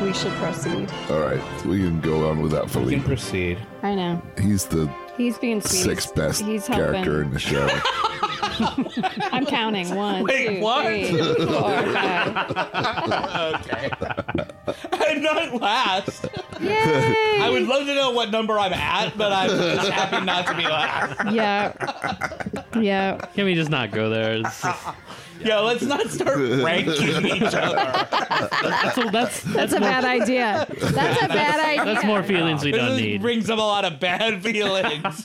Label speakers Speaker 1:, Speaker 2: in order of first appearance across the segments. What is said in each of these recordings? Speaker 1: we should proceed.
Speaker 2: All right, we can go on without
Speaker 3: We can
Speaker 2: Philippe.
Speaker 3: proceed.
Speaker 1: I know.
Speaker 2: He's the
Speaker 1: He's being sweet.
Speaker 2: sixth best
Speaker 1: He's helping.
Speaker 2: character in the show.
Speaker 1: I'm counting. One,
Speaker 3: Wait,
Speaker 1: two,
Speaker 3: what?
Speaker 1: three, four, five.
Speaker 3: Okay. I'm not last.
Speaker 1: Yay!
Speaker 3: I would love to know what number I'm at, but I'm just happy not to be last.
Speaker 1: Yeah. Yeah.
Speaker 4: Can we just not go there? It's just-
Speaker 3: Yeah, let's not start ranking each other.
Speaker 4: that's, that's,
Speaker 1: That's a bad idea. That's a bad idea.
Speaker 4: that's more feelings we don't
Speaker 3: This
Speaker 4: need.
Speaker 3: is, brings up a lot of bad feelings.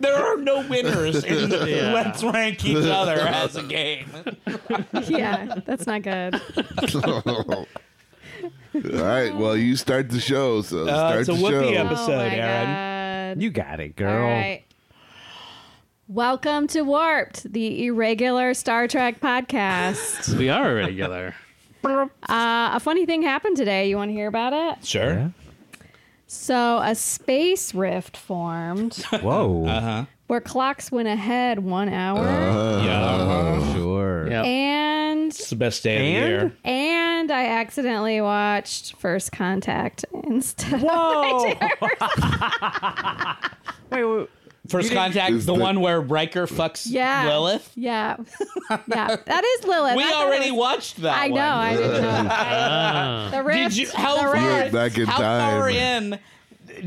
Speaker 3: there are no winners in the
Speaker 4: Yeah.
Speaker 3: let's rank each other as a game.
Speaker 1: Yeah. That's not good.
Speaker 2: All right, well, you start the show, so start
Speaker 3: Uh, it's a
Speaker 2: the
Speaker 3: whoopee
Speaker 2: show.
Speaker 3: episode,
Speaker 1: oh my God.
Speaker 5: You got it,
Speaker 1: All
Speaker 5: girl.
Speaker 1: right. Welcome to Warped, the irregular Star Trek podcast.
Speaker 4: We are irregular.
Speaker 1: Uh, a funny thing happened today. You want to hear about it?
Speaker 3: Sure.
Speaker 5: Yeah.
Speaker 1: So, a space rift formed
Speaker 5: Whoa.
Speaker 3: Uh-huh.
Speaker 1: where clocks went ahead one hour,
Speaker 5: Uh-huh. Sure.
Speaker 4: Yeah.
Speaker 1: and
Speaker 3: It's the best day of the year.
Speaker 1: and I accidentally watched First Contact instead.
Speaker 5: Whoa. wait, wait.
Speaker 3: First contact, the,
Speaker 2: Is the-
Speaker 3: one where Riker fucks
Speaker 1: Yeah,
Speaker 3: Lilith.
Speaker 1: Yeah, yeah, that is Lilith.
Speaker 3: We
Speaker 1: I thought it
Speaker 3: already
Speaker 1: was-
Speaker 3: watched that.
Speaker 1: I know.
Speaker 3: one.
Speaker 1: I didn't know. I- the rift.
Speaker 3: Did you how
Speaker 1: the
Speaker 2: You
Speaker 3: far,
Speaker 2: went
Speaker 1: rift.
Speaker 2: back in
Speaker 3: how
Speaker 2: time.
Speaker 3: far in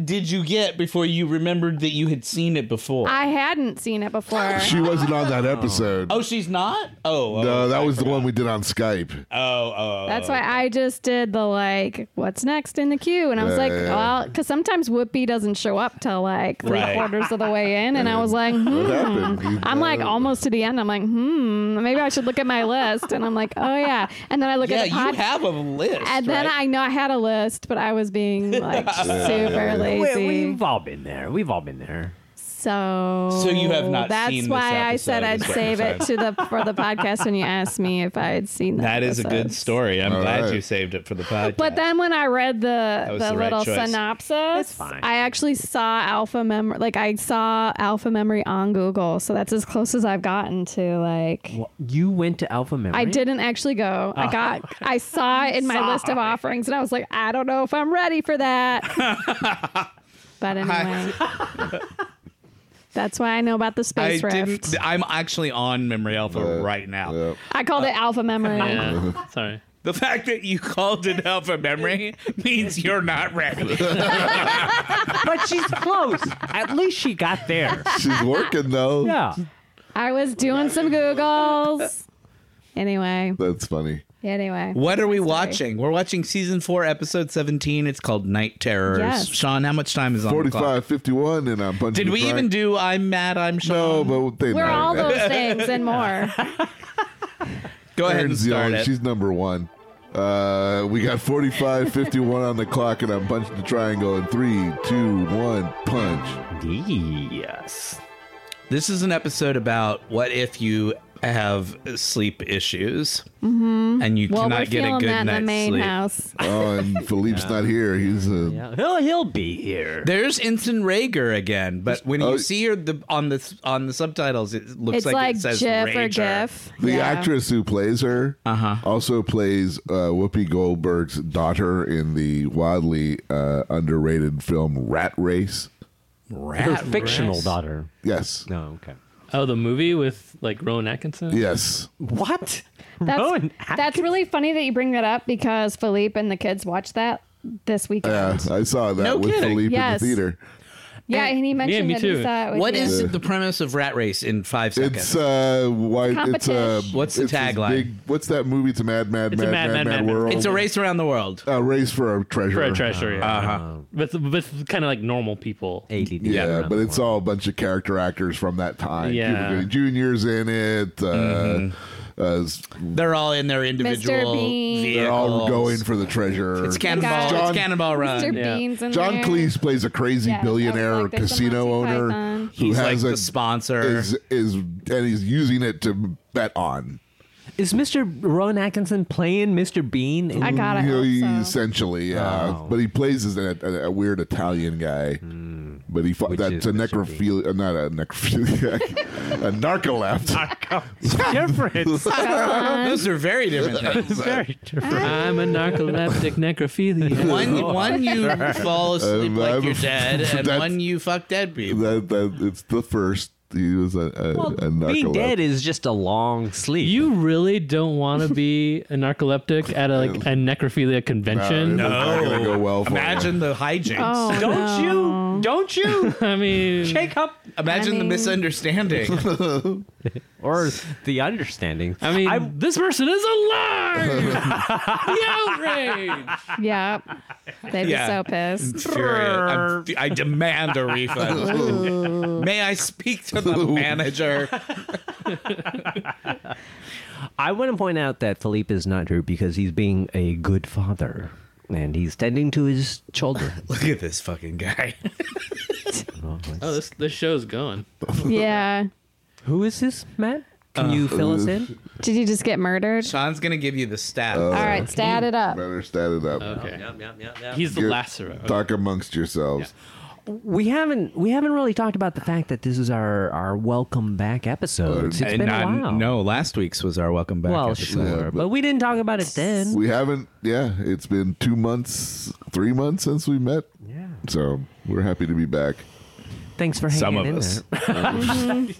Speaker 3: did you get before you remembered that you had seen it before?
Speaker 1: I hadn't seen it before.
Speaker 2: She wasn't on that episode.
Speaker 3: oh, she's not. Oh, oh,
Speaker 2: no, that was the one we did on Skype.
Speaker 3: oh, oh.
Speaker 1: That's why I just did the like, what's next in the queue? And I was like,
Speaker 2: Yeah.
Speaker 1: well, because sometimes Whoopi doesn't show up till like three
Speaker 3: Right.
Speaker 1: quarters of the way in. And I was like,
Speaker 3: Oh.
Speaker 1: hmm.
Speaker 2: happened? You-
Speaker 1: I'm like almost to the end. I'm like, hmm, maybe I should look at my list. And I'm like, oh, yeah. And then I look
Speaker 3: Yeah,
Speaker 1: at the
Speaker 3: you
Speaker 1: podcast.
Speaker 3: have a list.
Speaker 1: and then
Speaker 3: right?
Speaker 1: I know I had a list, but I was being like super
Speaker 5: wait.
Speaker 1: lazy.
Speaker 5: We've all been there. We've all been there.
Speaker 1: So,
Speaker 3: So you have not
Speaker 1: That's
Speaker 3: seen this
Speaker 1: why I said I'd
Speaker 3: episode, is what you're
Speaker 1: save it to the for the podcast when you asked me if I had seen that.
Speaker 3: that is a good
Speaker 1: episode.
Speaker 3: story. I'm
Speaker 2: All
Speaker 3: glad
Speaker 2: right.
Speaker 3: you saved it for the podcast.
Speaker 1: But then when I read the
Speaker 3: was
Speaker 1: the,
Speaker 3: the right
Speaker 1: little
Speaker 3: choice.
Speaker 1: synopsis,
Speaker 5: fine.
Speaker 1: I actually saw Alpha Memory. Like I saw Alpha Memory on Google, so that's as close as I've gotten to like.
Speaker 5: Well, you went to Alpha Memory.
Speaker 1: I didn't actually go.
Speaker 3: Uh-huh.
Speaker 1: I got. I saw it in my list of offerings, and I was like, I don't know if I'm ready for that. but anyway, that's why I know about the
Speaker 3: I
Speaker 1: space rift.
Speaker 3: didn't. I'm actually on Memory Alpha right now.
Speaker 2: Uh, Yeah.
Speaker 1: I called it Alpha Memory.
Speaker 4: Yeah. Sorry.
Speaker 3: The fact that you called it Alpha Memory means you're not ready.
Speaker 5: But she's close. At least she got there.
Speaker 2: She's working though.
Speaker 5: Yeah.
Speaker 1: I was doing some googles. Anyway,
Speaker 2: That's funny.
Speaker 1: anyway.
Speaker 3: What are we watching? We're watching season four, episode seventeen. It's called Night Terrors.
Speaker 1: Yes.
Speaker 3: Sean, how much time is on the clock?
Speaker 2: 45, 51, and I'm punching.
Speaker 3: Did
Speaker 2: the
Speaker 3: we
Speaker 2: clock.
Speaker 3: even do I'm Mad, I'm Sean?
Speaker 2: No, Oh, but they
Speaker 1: We're
Speaker 2: know
Speaker 1: all
Speaker 2: that.
Speaker 1: those things and more.
Speaker 3: Go ahead and
Speaker 2: Karen's the
Speaker 3: start
Speaker 2: only-
Speaker 3: it.
Speaker 2: She's number one. Uh, we got 45, 51 on the clock, and I'm punching the triangle in three, two, one, punch.
Speaker 5: Yes.
Speaker 3: This is an episode about what if you have sleep issues and you
Speaker 1: Mm-hmm. Well, we're
Speaker 3: cannot get a
Speaker 1: feeling
Speaker 3: good
Speaker 1: that in the
Speaker 3: night's
Speaker 1: main
Speaker 3: sleep.
Speaker 1: house.
Speaker 2: Oh, and Philippe's not here. He's a.
Speaker 5: Yeah. He'll he'll be here.
Speaker 3: There's Ensign Rager again, but when
Speaker 2: Oh.
Speaker 3: you see her the, on the on the subtitles, it looks
Speaker 1: It's
Speaker 3: like,
Speaker 1: like,
Speaker 3: it says
Speaker 1: GIF or
Speaker 3: Rager.
Speaker 1: GIF.
Speaker 2: The
Speaker 1: Yeah.
Speaker 2: actress who plays her
Speaker 3: Uh-huh.
Speaker 2: also plays uh, Whoopi Goldberg's daughter in the wildly uh, underrated film Rat Race.
Speaker 5: Her
Speaker 3: Rat
Speaker 5: fictional
Speaker 3: race.
Speaker 5: daughter.
Speaker 2: Yes.
Speaker 5: No. Okay.
Speaker 4: Oh, the movie with like Rowan Atkinson.
Speaker 2: Yes.
Speaker 5: What?
Speaker 1: That's,
Speaker 5: Rowan
Speaker 1: that's really funny that you bring that up because Philippe and the kids watched that this weekend.
Speaker 2: Yeah, I saw that
Speaker 3: No
Speaker 2: with
Speaker 3: kidding.
Speaker 2: Philippe
Speaker 1: Yes.
Speaker 2: in the theater.
Speaker 1: yeah, and he mentioned
Speaker 4: me
Speaker 1: that he
Speaker 4: too.
Speaker 1: saw it. With
Speaker 3: What
Speaker 1: you.
Speaker 3: is the premise of Rat Race in five seconds?
Speaker 2: It's uh, why it's uh,
Speaker 1: Competition.
Speaker 3: What's the
Speaker 2: it's this
Speaker 3: tagline?
Speaker 2: big- What's that movie? It's a mad, mad,
Speaker 4: It's a
Speaker 2: mad, mad, mad, world.
Speaker 3: It's a race around the world.
Speaker 2: a race uh, for a treasure.
Speaker 4: For a treasure. Yeah.
Speaker 3: Uh-huh.
Speaker 4: But but kind of like normal people.
Speaker 5: ADD.
Speaker 2: Yeah, but it's all a bunch of character actors from that time.
Speaker 4: Yeah.
Speaker 2: Cuba Gooding Junior's in it. Uh,
Speaker 3: Mm-hmm.
Speaker 2: uh, s-
Speaker 3: They're all in their individual
Speaker 1: Bean.
Speaker 3: vehicles.
Speaker 2: they're all going for the treasure.
Speaker 3: It's Cannonball.
Speaker 1: John-
Speaker 3: it's Cannonball Run.
Speaker 1: Mr.
Speaker 4: Yeah.
Speaker 1: Beans in
Speaker 2: John
Speaker 1: there.
Speaker 2: Cleese plays a crazy
Speaker 1: Yeah, I
Speaker 2: billionaire
Speaker 1: was like, there's a
Speaker 2: casino
Speaker 1: Monty
Speaker 2: owner
Speaker 1: Python.
Speaker 2: who
Speaker 3: He's like
Speaker 2: has
Speaker 3: the
Speaker 2: a
Speaker 3: sponsor.
Speaker 2: is is and he's using it to bet on.
Speaker 5: Is Mr. Rowan Atkinson playing Mr. Bean? In-
Speaker 1: I got it.
Speaker 2: You know, he-
Speaker 1: also.
Speaker 3: Oh. Mm.
Speaker 2: Essentially, yeah. But he plays as a, a, a weird Italian guy. But he fought,
Speaker 6: Which
Speaker 2: that's
Speaker 6: is
Speaker 2: a
Speaker 6: Mr. Bean.
Speaker 2: necrophiliac, uh, not a necrophiliac, a narcolapse.
Speaker 5: Difference.
Speaker 3: Those are very different things.
Speaker 5: Very different.
Speaker 4: I'm a narcoleptic necrophiliac.
Speaker 3: One, one you fall asleep
Speaker 2: Um,
Speaker 3: like
Speaker 2: I'm-
Speaker 3: you're dead, and
Speaker 2: that's-
Speaker 3: one you fuck dead people.
Speaker 2: that, that, it's the first. He was a, a,
Speaker 5: Well,
Speaker 2: a narcolapse.
Speaker 5: being dead is just a long sleep.
Speaker 4: You really don't want to be a narcoleptic at a, like a necrophilia convention.
Speaker 2: No. Not gonna go well for
Speaker 3: Oh, Imagine the hijinks.
Speaker 1: Oh,
Speaker 5: don't you? Don't you?
Speaker 4: I mean,
Speaker 5: Take up
Speaker 3: Imagine the
Speaker 1: mean-
Speaker 3: misunderstanding.
Speaker 5: or the understanding.
Speaker 4: I mean,
Speaker 5: I'm-
Speaker 4: this person is alive. the outrage.
Speaker 1: yeah. They'd
Speaker 3: Yeah.
Speaker 1: be so pissed.
Speaker 3: Furious. I'm- I demand a refund. May I speak to the manager?
Speaker 5: I want to point out that Philippe is not here because he's being a good father and he's tending to his children.
Speaker 3: Look at this fucking guy.
Speaker 4: Oh, this this show's going.
Speaker 1: Yeah.
Speaker 5: Who is this, Matt? Can
Speaker 3: Uh,
Speaker 5: you fill us in?
Speaker 1: Did you just get murdered?
Speaker 3: Sean's gonna give you the stat.
Speaker 2: Oh.
Speaker 1: All right, stat it up.
Speaker 2: Better stat it up.
Speaker 4: Okay.
Speaker 5: Yep, yep, yep.
Speaker 4: He's the
Speaker 2: You're-
Speaker 4: Lacero.
Speaker 2: Talk amongst yourselves.
Speaker 5: We haven't we haven't really talked about the fact that this is our our welcome back
Speaker 3: Uh,
Speaker 5: episode. It's been a while.
Speaker 3: No, last week's was our welcome back.
Speaker 5: well,
Speaker 3: episode.
Speaker 5: sure, but, we didn't talk about it then.
Speaker 2: We haven't. Yeah, it's been two months, three months since we met.
Speaker 5: yeah.
Speaker 2: So we're happy to be back.
Speaker 5: Thanks for hanging
Speaker 3: Some of
Speaker 5: in
Speaker 3: us.
Speaker 5: there.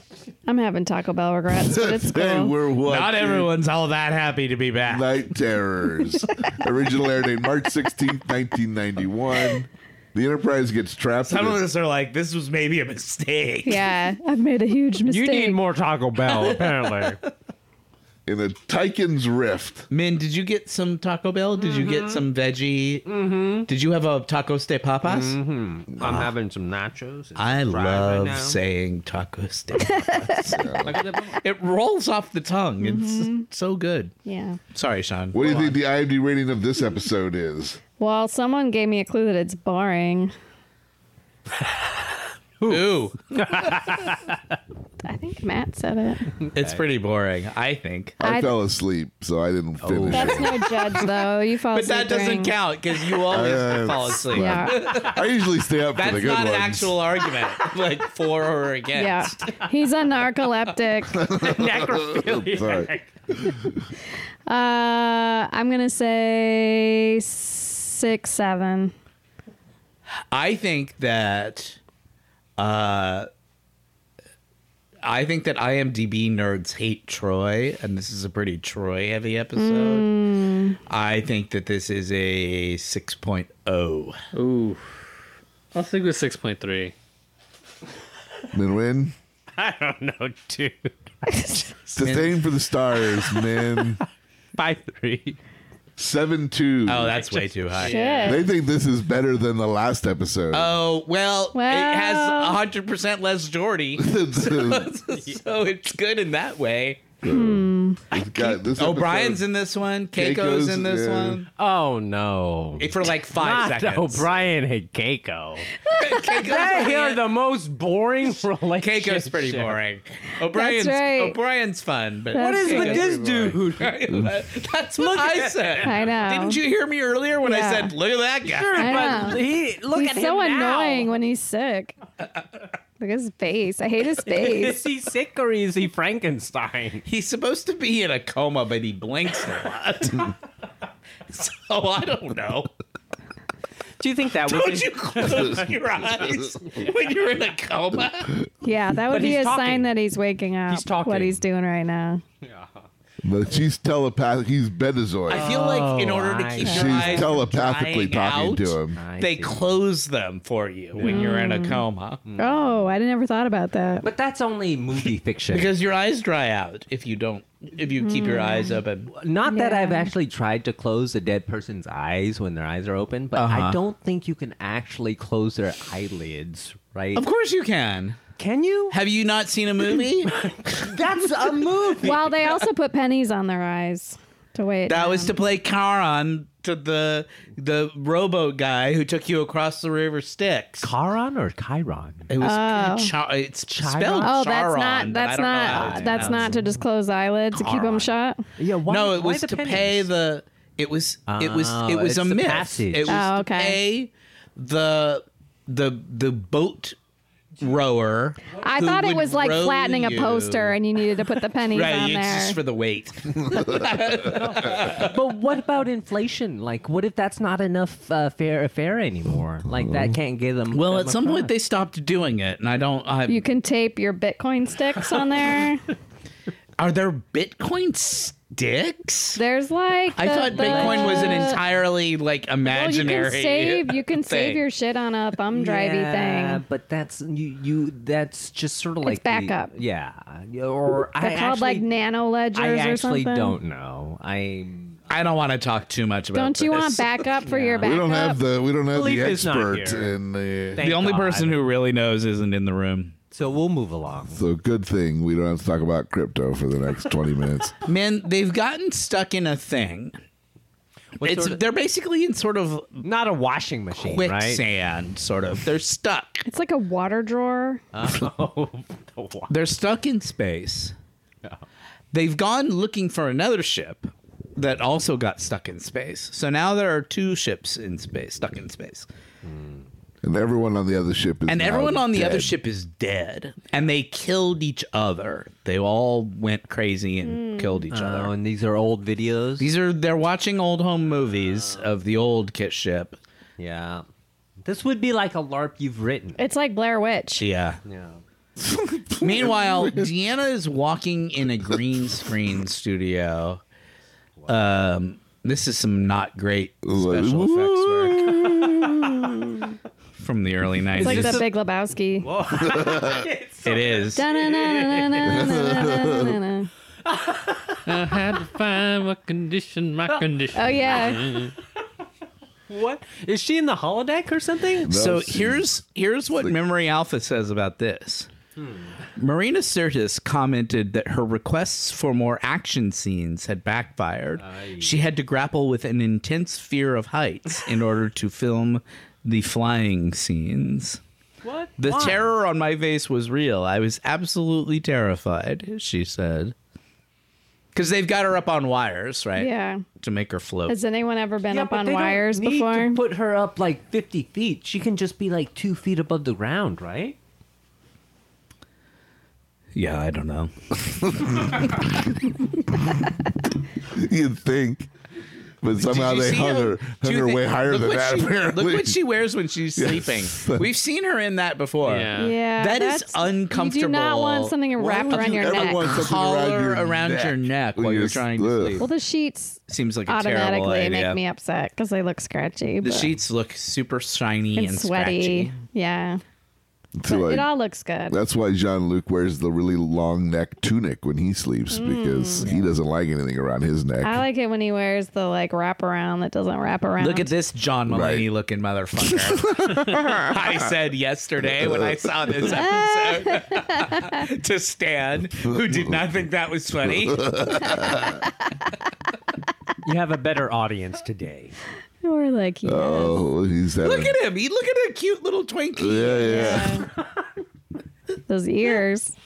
Speaker 1: I'm having Taco Bell regrets, but it's
Speaker 2: Hey,
Speaker 1: cool.
Speaker 2: we're what?
Speaker 3: Not everyone's all that happy to be back.
Speaker 2: Night Terrors. Original air date March 16th, 1991. The Enterprise gets trapped.
Speaker 3: Some
Speaker 2: in
Speaker 3: of
Speaker 2: a-
Speaker 3: us are like, this was maybe a mistake.
Speaker 1: yeah, I've made a huge mistake.
Speaker 5: more Taco Bell, apparently.
Speaker 2: in a Tychon's rift.
Speaker 3: Min, did you get some Taco Bell? Did you get some veggie? Mm-hmm. Did you have a tacos de papas?
Speaker 5: I'm having some nachos. and
Speaker 3: I
Speaker 5: some fries right
Speaker 3: love
Speaker 5: now.
Speaker 3: saying tacos de papas. it rolls off the tongue. It's so good.
Speaker 1: Yeah.
Speaker 3: Sorry, Sean.
Speaker 2: What do you think the IMDb rating of this episode is?
Speaker 1: Well, someone gave me a clue that it's boring.
Speaker 3: Ooh,
Speaker 1: I think Matt said it.
Speaker 3: it's pretty boring. I think.
Speaker 2: I,
Speaker 1: I-
Speaker 2: fell asleep, so I didn't
Speaker 5: Oh.
Speaker 2: finish
Speaker 1: That's
Speaker 2: it.
Speaker 1: no judge, though. You fall
Speaker 3: But that
Speaker 1: asleep
Speaker 3: doesn't
Speaker 1: during-
Speaker 3: count because you always
Speaker 2: Uh,
Speaker 3: fall asleep.
Speaker 1: Yeah.
Speaker 2: I usually stay up for
Speaker 3: That's
Speaker 2: the good
Speaker 3: not
Speaker 2: ones.
Speaker 3: an actual argument, like for or
Speaker 1: Yeah.
Speaker 3: against.
Speaker 1: He's a narcoleptic.
Speaker 2: Sorry.
Speaker 1: Uh, I'm going to say six, seven.
Speaker 3: I think that uh I think that IMDb nerds hate Troy, and this is a pretty Troy heavy episode.
Speaker 1: Mm.
Speaker 3: I think that this is a oh. 6.0.
Speaker 4: Ooh. I'll stick with 6.3.
Speaker 2: Then win.
Speaker 5: I don't know, dude.
Speaker 2: It's the thing for the stars, man.
Speaker 5: Five three.
Speaker 2: Seven two.
Speaker 3: Oh, that's way too high.
Speaker 1: Shit.
Speaker 2: They think this is better than the last episode.
Speaker 3: Oh, well, it has
Speaker 1: Well.
Speaker 3: 100% less Jordy,
Speaker 2: It's-
Speaker 3: so it's good in that way.
Speaker 2: it's got- this
Speaker 3: O'Brien's
Speaker 2: episode-
Speaker 3: in this one, Keiko's, in this
Speaker 2: yeah.
Speaker 3: one.
Speaker 5: Oh no.
Speaker 3: For like five
Speaker 5: Not
Speaker 3: seconds.
Speaker 5: O'Brien and Keiko.
Speaker 3: Keiko's
Speaker 5: They are
Speaker 3: weird.
Speaker 5: the most boring relationship.
Speaker 3: Keiko's pretty boring. O'Brien's
Speaker 1: right.
Speaker 3: O'Brien's fun, but
Speaker 1: What is with
Speaker 5: this
Speaker 3: dude? That's what I said.
Speaker 1: I know.
Speaker 3: Didn't you hear me earlier when I
Speaker 1: Yeah.
Speaker 3: said, "Look at that guy"?
Speaker 1: I
Speaker 5: But
Speaker 1: know.
Speaker 5: he look
Speaker 1: He's
Speaker 5: at him
Speaker 1: so
Speaker 5: now.
Speaker 1: annoying when he's sick. Look at his face. I hate his face.
Speaker 5: Is he sick or is he Frankenstein?
Speaker 3: He's supposed to be in a coma, but he blinks a lot. so I don't know.
Speaker 5: Do you think that was?
Speaker 3: Don't you close your eyes when you're in a coma?
Speaker 1: Yeah, that would
Speaker 5: But
Speaker 1: be
Speaker 5: he's
Speaker 1: a
Speaker 5: talking.
Speaker 1: sign that he's waking up.
Speaker 5: He's talking.
Speaker 1: What he's doing right now.
Speaker 2: But she's telepathic. He's Betazoid.
Speaker 3: Oh, I feel like in order to
Speaker 5: I
Speaker 3: keep
Speaker 5: see.
Speaker 3: your eyes
Speaker 2: she's
Speaker 3: from
Speaker 2: telepathically
Speaker 3: drying
Speaker 2: talking
Speaker 3: out,
Speaker 2: to him.
Speaker 5: I
Speaker 3: They
Speaker 5: see.
Speaker 3: close them for you when you're in a
Speaker 1: Mm.
Speaker 3: coma
Speaker 1: Oh, I never thought about that.
Speaker 5: but that's only movie fiction.
Speaker 3: because your eyes dry out if you don't if you keep your
Speaker 1: Mm.
Speaker 3: eyes open.
Speaker 5: Not that
Speaker 1: Yeah.
Speaker 5: I've actually tried to close a dead person's eyes when their eyes are open, but I don't think you can actually close their eyelids, right?
Speaker 3: Of course you can.
Speaker 5: Can you?
Speaker 3: Have you not seen a movie?
Speaker 5: That's a movie.
Speaker 1: Well, they also put pennies on their eyes to wait.
Speaker 3: that was to play Charon to the the rowboat guy who took you across the river Styx.
Speaker 5: Charon or Chiron?
Speaker 3: It was Cha- it's spelled
Speaker 1: Oh, that's
Speaker 3: Charon,
Speaker 1: not.
Speaker 3: but I
Speaker 1: That's
Speaker 3: don't know how
Speaker 1: not.
Speaker 3: it's
Speaker 1: That's not to just close eyelids to keep them shut.
Speaker 5: Yeah. Why,
Speaker 3: no, it
Speaker 5: why
Speaker 3: was
Speaker 5: the
Speaker 3: to
Speaker 5: pennies?
Speaker 3: pay the. It was. It was.
Speaker 5: Oh,
Speaker 3: It was
Speaker 5: it's
Speaker 3: a
Speaker 5: the
Speaker 3: myth.
Speaker 5: passage.
Speaker 3: It was
Speaker 1: Oh,
Speaker 3: to
Speaker 1: okay.
Speaker 3: pay the the the boat rower.
Speaker 1: I
Speaker 3: who
Speaker 1: thought it
Speaker 3: would
Speaker 1: was like
Speaker 3: row
Speaker 1: flattening a
Speaker 3: you.
Speaker 1: poster and you needed to put the pennies
Speaker 3: Right,
Speaker 1: on
Speaker 3: it's
Speaker 1: there.
Speaker 3: just for the weight.
Speaker 5: But what about inflation? Like, what if that's not enough uh, fair fare anymore? Like, that can't get them.
Speaker 3: Mm. Well,
Speaker 5: that
Speaker 3: at
Speaker 5: much
Speaker 3: some point
Speaker 5: back.
Speaker 3: they stopped doing it, and I don't. I,
Speaker 1: you can tape your Bitcoin sticks on there.
Speaker 3: are there Bitcoin sticks?
Speaker 1: There's like
Speaker 3: I
Speaker 1: the-
Speaker 3: thought Bitcoin was an
Speaker 1: the-
Speaker 3: entirely like
Speaker 1: Well, you
Speaker 3: imaginary.
Speaker 1: can save you can
Speaker 3: thing.
Speaker 1: save your shit on a thumb drivey
Speaker 5: Yeah,
Speaker 1: thing.
Speaker 5: But that's you. You that's just sort of like the-
Speaker 1: backup.
Speaker 5: yeah, or I
Speaker 1: They're called
Speaker 5: actually,
Speaker 1: like nano ledgers
Speaker 5: I
Speaker 1: or
Speaker 5: actually
Speaker 1: something.
Speaker 5: don't know. I
Speaker 3: I don't want to talk too much about.
Speaker 1: Don't you want
Speaker 3: this.
Speaker 1: backup for your backup?
Speaker 2: We don't have the we don't have
Speaker 5: Leaf
Speaker 2: the
Speaker 5: is not
Speaker 2: expert
Speaker 5: here.
Speaker 2: in the.
Speaker 5: Thank
Speaker 3: The only
Speaker 5: God.
Speaker 3: person who really knows isn't in the room.
Speaker 5: So we'll move along.
Speaker 2: so good thing we don't have to talk about crypto for the next twenty minutes.
Speaker 3: Man, they've gotten stuck in a thing.
Speaker 5: What
Speaker 3: it's
Speaker 5: sort of-
Speaker 3: they're basically in sort of
Speaker 5: Not a washing machine, right?
Speaker 3: quicksand, sort of. They're stuck.
Speaker 1: It's like a water drawer.
Speaker 3: They're stuck in space. They've gone looking for another ship that also got stuck in space. So now there are two ships in space, stuck in space.
Speaker 2: And everyone on the other ship is
Speaker 3: And
Speaker 2: now
Speaker 3: everyone on the other
Speaker 2: dead.
Speaker 3: ship is dead. And they killed each other. They all went crazy and
Speaker 1: Hmm.
Speaker 3: killed each
Speaker 5: Oh,
Speaker 3: other.
Speaker 5: and these are old videos.
Speaker 3: These are they're watching old home movies of the old kit ship.
Speaker 5: yeah, this would be like a LARP you've written.
Speaker 1: It's like Blair Witch.
Speaker 3: Yeah.
Speaker 5: Yeah.
Speaker 3: Meanwhile, Deanna is walking in a green screen studio. Um, this is some not great special effects work from the early
Speaker 1: It's like
Speaker 3: nineties.
Speaker 1: the Big Lebowski.
Speaker 3: it is.
Speaker 1: Da-na-na-na-na-na-na-na-na.
Speaker 4: I had to find my condition, my condition.
Speaker 1: Oh yeah.
Speaker 5: What is she in the holodeck or something?
Speaker 3: So
Speaker 2: Those scenes.
Speaker 3: here's here's what Memory Alpha says about this. Marina Sirtis commented that her requests for more action scenes had backfired. She had to grapple with an intense fear of heights in order to film the flying scenes.
Speaker 5: What
Speaker 3: The
Speaker 5: Why?
Speaker 3: terror on my face was real. I was absolutely terrified, she said. Because they've got her up on wires, right?
Speaker 1: Yeah.
Speaker 3: To make her float.
Speaker 1: Has anyone ever been
Speaker 5: Yeah,
Speaker 1: up
Speaker 5: but
Speaker 1: on
Speaker 5: they don't
Speaker 1: wires
Speaker 5: need
Speaker 1: before?
Speaker 5: To put her up like fifty feet. She can just be like two feet above the ground, right?
Speaker 3: yeah, I don't know.
Speaker 2: you'd think, but somehow
Speaker 3: Did you
Speaker 2: they
Speaker 3: see
Speaker 2: hung her, hung
Speaker 3: do
Speaker 2: her
Speaker 3: they-
Speaker 2: way higher
Speaker 3: look
Speaker 2: than
Speaker 3: what
Speaker 2: that.
Speaker 3: she-
Speaker 2: apparently,
Speaker 3: Look what she wears when she's sleeping. We've seen her in that before.
Speaker 4: Yeah.
Speaker 1: yeah.
Speaker 3: That is
Speaker 1: that's- You do
Speaker 3: uncomfortable.
Speaker 1: not want something
Speaker 2: Why
Speaker 1: wrapped
Speaker 2: would
Speaker 1: around
Speaker 2: you
Speaker 1: your
Speaker 2: ever
Speaker 1: neck.
Speaker 2: want something
Speaker 3: Collar
Speaker 2: around your
Speaker 3: around
Speaker 2: neck
Speaker 3: your neck
Speaker 2: when
Speaker 3: while
Speaker 2: you're
Speaker 3: you're trying to
Speaker 2: ugh.
Speaker 3: sleep.
Speaker 1: Well, the sheets
Speaker 3: Seems like a terrible
Speaker 1: automatically
Speaker 3: idea.
Speaker 1: make me upset because they look scratchy.
Speaker 3: the
Speaker 1: but-
Speaker 3: sheets look super shiny
Speaker 1: and,
Speaker 3: and,
Speaker 1: sweaty.
Speaker 3: scratchy.
Speaker 1: Yeah. But
Speaker 2: So, like,
Speaker 1: it all looks good.
Speaker 2: that's why Jean Luc wears the really long neck tunic when he sleeps because he doesn't like anything around his neck.
Speaker 1: Hmm. I like it when he wears the like wrap around that doesn't wrap around.
Speaker 3: Look at this John Mulaney
Speaker 2: Right.
Speaker 3: looking motherfucker. I said yesterday when I saw this episode to Stan, who did not think that was funny.
Speaker 5: You have a better audience today.
Speaker 1: Or like, yes.
Speaker 2: oh, he's having.
Speaker 3: Look at him. He look at a cute little Twinkie.
Speaker 2: yeah, yeah.
Speaker 1: Yeah. Those ears.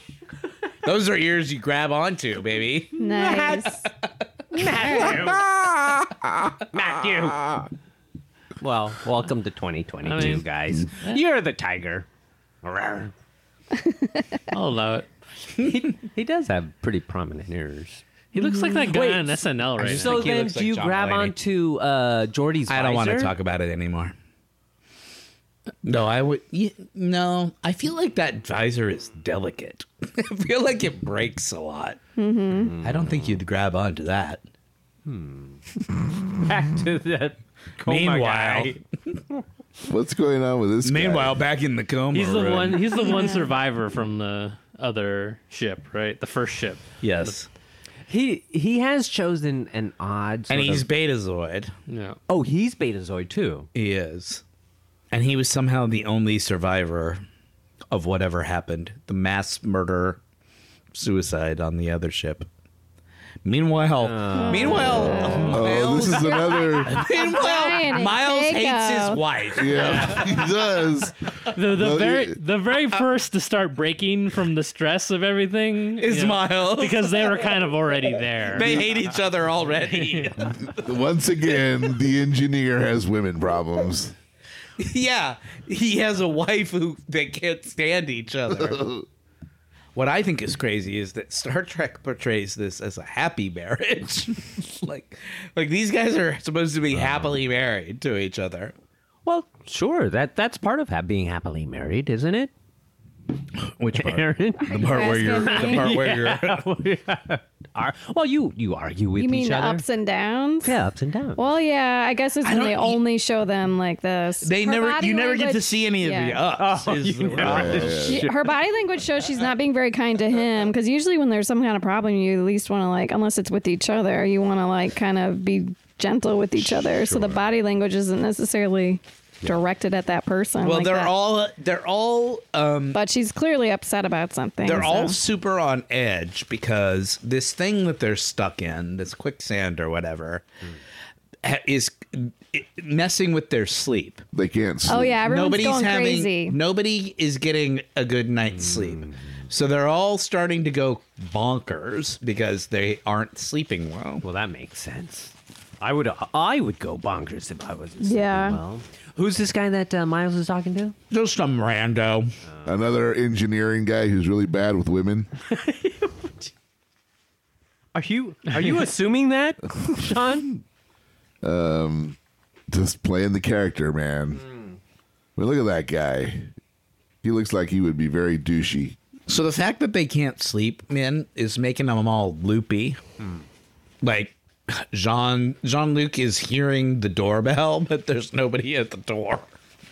Speaker 3: Those are ears you grab onto, baby.
Speaker 1: Nice.
Speaker 5: Matthew. Well, welcome to 2022,
Speaker 4: I mean-
Speaker 5: guys. You're the tiger. Rawr.
Speaker 4: I'll allow it.
Speaker 5: He does have pretty prominent ears.
Speaker 4: He looks like that guy on SNL right
Speaker 5: So
Speaker 3: think he
Speaker 5: then,
Speaker 3: looks
Speaker 5: do
Speaker 3: like
Speaker 5: you
Speaker 3: John
Speaker 5: grab
Speaker 3: Mulaney.
Speaker 5: onto uh, Jordy's?
Speaker 3: I don't want to
Speaker 5: visor?
Speaker 3: talk about it anymore. No, I would. Yeah, no, I feel like that visor is delicate. I feel like it breaks a lot. I don't think you'd grab onto that.
Speaker 5: back to that. coma
Speaker 3: Meanwhile-
Speaker 5: guy.
Speaker 2: What's going on with this? guy?
Speaker 3: Meanwhile, back in the coma.
Speaker 4: He's the
Speaker 3: room.
Speaker 4: one. He's the one survivor from the other ship, right? The first ship.
Speaker 3: Yes,
Speaker 5: he he has chosen an odd. Sort
Speaker 3: and he's
Speaker 5: of,
Speaker 3: Betazoid.
Speaker 4: Yeah.
Speaker 5: oh, he's Betazoid too.
Speaker 3: He is, and he was somehow the only survivor of whatever happened. The mass murder, suicide on the other ship. Meanwhile, meanwhile,
Speaker 2: Oh, this is another.
Speaker 1: Brian
Speaker 3: Meanwhile,
Speaker 1: and
Speaker 3: Miles hates
Speaker 1: Keiko.
Speaker 3: his wife.
Speaker 2: Yeah, he does.
Speaker 4: The, the
Speaker 2: Well,
Speaker 4: very
Speaker 2: you-
Speaker 4: the
Speaker 3: Uh,
Speaker 4: very first to start breaking from the stress of everything
Speaker 3: Is
Speaker 4: you know,
Speaker 3: Miles.
Speaker 4: because they were kind of already there.
Speaker 3: They hate each other already.
Speaker 2: Once again, the engineer has women problems.
Speaker 3: yeah, he has a wife who they can't stand each other. what I think is crazy is that Star Trek portrays this as a happy marriage. like, like these guys are supposed to be happily married to each other.
Speaker 5: Well, sure. That that's part of ha- being happily married, isn't it,
Speaker 3: Which part?
Speaker 5: Aaron?
Speaker 3: the part where you're,
Speaker 1: Asking
Speaker 3: the
Speaker 1: me.
Speaker 3: part where you're.
Speaker 5: Are, well, you you argue with
Speaker 1: You mean
Speaker 5: each
Speaker 1: the
Speaker 5: other.
Speaker 1: ups and downs?
Speaker 5: yeah, ups and downs.
Speaker 1: Well, yeah, I guess it's when
Speaker 3: don't-
Speaker 1: they
Speaker 3: you-
Speaker 1: only show them like this.
Speaker 3: They
Speaker 1: Her
Speaker 3: never,
Speaker 1: body
Speaker 3: you never get to
Speaker 1: language-
Speaker 3: see any of the
Speaker 1: yeah.
Speaker 3: ups.
Speaker 4: Oh,
Speaker 3: is
Speaker 4: you
Speaker 3: the-
Speaker 4: never-
Speaker 1: She- her body language shows she's not being very kind to him because usually when there's some kind of problem, you at least want to like, unless it's with each other, you want to like kind of be gentle with each other. So the body language isn't necessarily directed at that person.
Speaker 3: Well,
Speaker 1: like
Speaker 3: they're
Speaker 1: that.
Speaker 3: all, they're all, um,
Speaker 1: But she's clearly upset about something.
Speaker 3: They're
Speaker 1: so.
Speaker 3: all super on edge because this thing that they're stuck in, this quicksand or whatever, ha- is it- messing with their sleep.
Speaker 2: They can't sleep.
Speaker 1: Oh yeah, everyone's
Speaker 3: Nobody's
Speaker 1: going
Speaker 3: having
Speaker 1: crazy.
Speaker 3: nobody is getting a good night's sleep. So they're all starting to go bonkers because they aren't sleeping well.
Speaker 5: Well, that makes sense. I would I would go bonkers if I wasn't. sleeping
Speaker 1: Yeah.
Speaker 5: Well, who's this guy that uh, Miles is talking to?
Speaker 3: Just some rando.
Speaker 2: Another engineering guy who's really bad with women.
Speaker 5: Are you are you assuming that, Sean?
Speaker 2: Just playing the character, man. But look at that guy. He looks like he would be very douchey.
Speaker 3: So the fact that they can't sleep, man, is making them all loopy. Like Jean Jean Luc is hearing the doorbell, but there's nobody at the door.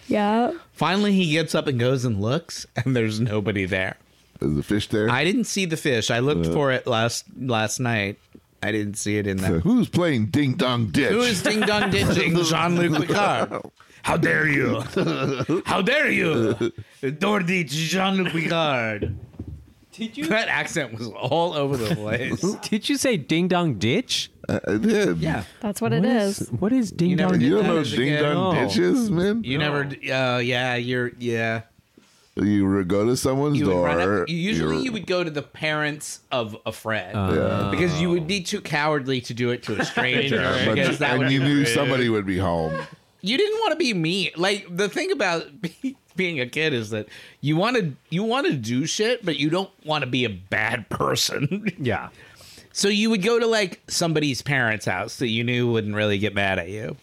Speaker 1: Yeah.
Speaker 3: Finally, he gets up and goes and looks, and there's nobody there.
Speaker 2: Is the fish there?
Speaker 3: I didn't see the fish. I looked for it last last night. I didn't see it in there.
Speaker 2: Who's playing Ding Dong Ditch?
Speaker 3: Who is ding dong ditching Jean Luc Picard? How dare you! How dare you! Door ditch Jean Luc Picard.
Speaker 5: Did
Speaker 3: That accent was all over the place.
Speaker 5: Did you say ding dong ditch?
Speaker 2: I did.
Speaker 3: Yeah.
Speaker 1: That's what it is.
Speaker 5: What is ding
Speaker 3: You never
Speaker 5: dong?
Speaker 2: Uh,
Speaker 3: did
Speaker 2: You don't
Speaker 3: That
Speaker 2: know
Speaker 3: is a
Speaker 2: Ding
Speaker 3: good-
Speaker 2: Dong
Speaker 5: No.
Speaker 2: Ditches, man?
Speaker 3: You never. d- Uh, yeah, you're. Yeah.
Speaker 2: You would go to someone's
Speaker 3: You would
Speaker 2: door.
Speaker 3: run up. Usually,
Speaker 2: you're-
Speaker 3: you would go to the parents of a friend
Speaker 2: Uh,
Speaker 3: because you would be too cowardly to do it to a stranger.
Speaker 4: Stranger,
Speaker 2: but-
Speaker 3: because that
Speaker 2: and
Speaker 3: would
Speaker 2: you
Speaker 3: be
Speaker 2: knew
Speaker 3: rude.
Speaker 2: somebody would be home.
Speaker 3: You didn't want to be mean. Like the thing about be- being a kid is that you want to you want to do shit, but you don't want to be a bad person.
Speaker 5: Yeah.
Speaker 3: so you would go to like somebody's parents' house that you knew wouldn't really get mad at you.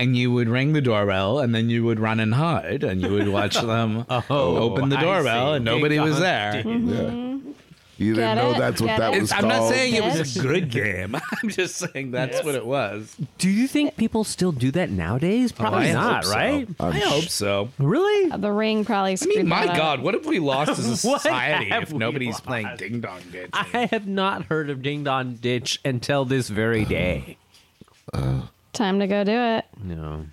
Speaker 3: And you would ring the doorbell, and then you would run and hide, and you would watch them
Speaker 5: Oh,
Speaker 3: Oh, open the
Speaker 5: I
Speaker 3: doorbell,
Speaker 5: see. uh-huh.
Speaker 3: and nobody was
Speaker 5: Ding-dong
Speaker 3: there.
Speaker 2: Yeah. You
Speaker 1: Get
Speaker 2: didn't know
Speaker 1: it?
Speaker 2: that's what
Speaker 1: Get
Speaker 2: that
Speaker 1: it?
Speaker 2: was
Speaker 3: I'm not
Speaker 2: called.
Speaker 3: saying it was a good game. I'm just saying that's what it was.
Speaker 5: Do you think people still do that nowadays? Probably
Speaker 3: Oh, I
Speaker 5: not,
Speaker 3: hope so.
Speaker 5: right?
Speaker 2: I'm
Speaker 3: I hope so.
Speaker 5: Really?
Speaker 1: The ring probably.
Speaker 3: I
Speaker 1: screwed
Speaker 3: mean, my
Speaker 1: that up.
Speaker 3: God, what have we lost as a
Speaker 5: What
Speaker 3: society
Speaker 5: have
Speaker 3: if
Speaker 5: we
Speaker 3: nobody's
Speaker 5: lost?
Speaker 3: playing ding dong ditch?
Speaker 5: I have not heard of ding dong ditch until this very day.
Speaker 1: Time to go do it.
Speaker 5: No.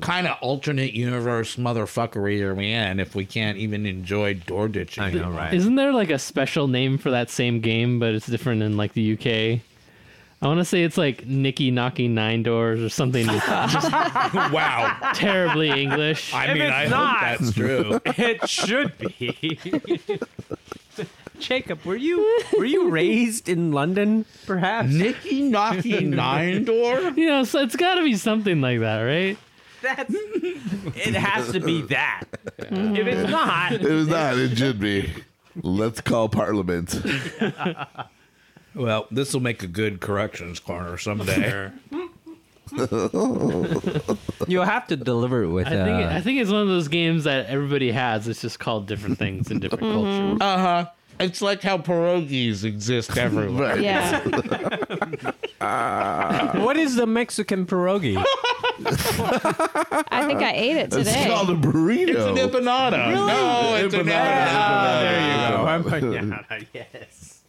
Speaker 3: kind of alternate universe motherfuckery are we in if we can't even enjoy door ditching?
Speaker 5: I know, right?
Speaker 4: Isn't there like a special name for that same game, but it's different in like the UK? I want to say it's like Nikki knocking nine doors or something just
Speaker 3: wow.
Speaker 4: terribly English.
Speaker 3: I mean,
Speaker 5: it's
Speaker 3: I
Speaker 5: not-
Speaker 3: hope that's true.
Speaker 5: It should be. Jacob, were you were you raised in London? Perhaps
Speaker 3: Nicky Knocky Nine Door?
Speaker 4: You know, so it's got to be something like that, right?
Speaker 5: that's it has to be that. If it's not,
Speaker 2: It was not. It should be. Let's call Parliament.
Speaker 3: Well, this will make a good corrections corner someday.
Speaker 5: you'll have to deliver it with.
Speaker 4: I think I think it's one of those games that everybody has. It's just called different things in different cultures.
Speaker 3: uh huh. It's like how pierogies exist everywhere.
Speaker 2: Right.
Speaker 1: Yeah.
Speaker 3: uh,
Speaker 5: what is the Mexican pierogi?
Speaker 1: I think I ate it
Speaker 2: It's
Speaker 1: today.
Speaker 2: called a burrito.
Speaker 3: It's an empanada. No, it's an empanada.
Speaker 2: Oh, Empanada.
Speaker 5: yes.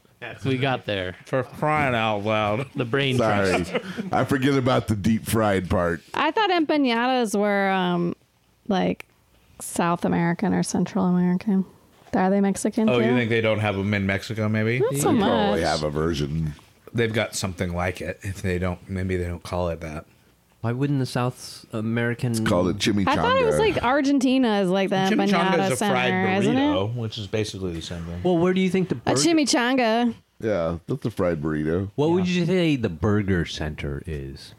Speaker 4: We got there.
Speaker 3: For crying out loud.
Speaker 4: The brain trust.
Speaker 2: Sorry. I forget about the deep fried part.
Speaker 1: I thought empanadas were um, like South American or Central American. Are they Mexican?
Speaker 3: Oh,
Speaker 1: too?
Speaker 3: you think they don't have them in Mexico, maybe?
Speaker 1: Not so
Speaker 2: They
Speaker 1: much.
Speaker 2: probably have a version.
Speaker 3: They've got something like it. If they don't, maybe they don't call it that.
Speaker 5: Why wouldn't the South American
Speaker 2: Called it chimichanga.
Speaker 1: I thought it was like Argentina is like the
Speaker 3: Chimichanga
Speaker 1: empanada
Speaker 3: is a fried
Speaker 1: center, isn't it?
Speaker 3: burrito, which is basically the same thing.
Speaker 5: Well, where do you think the
Speaker 1: A
Speaker 5: burger,
Speaker 1: chimichanga.
Speaker 2: Yeah, that's a fried burrito.
Speaker 5: what would you say the burger center is?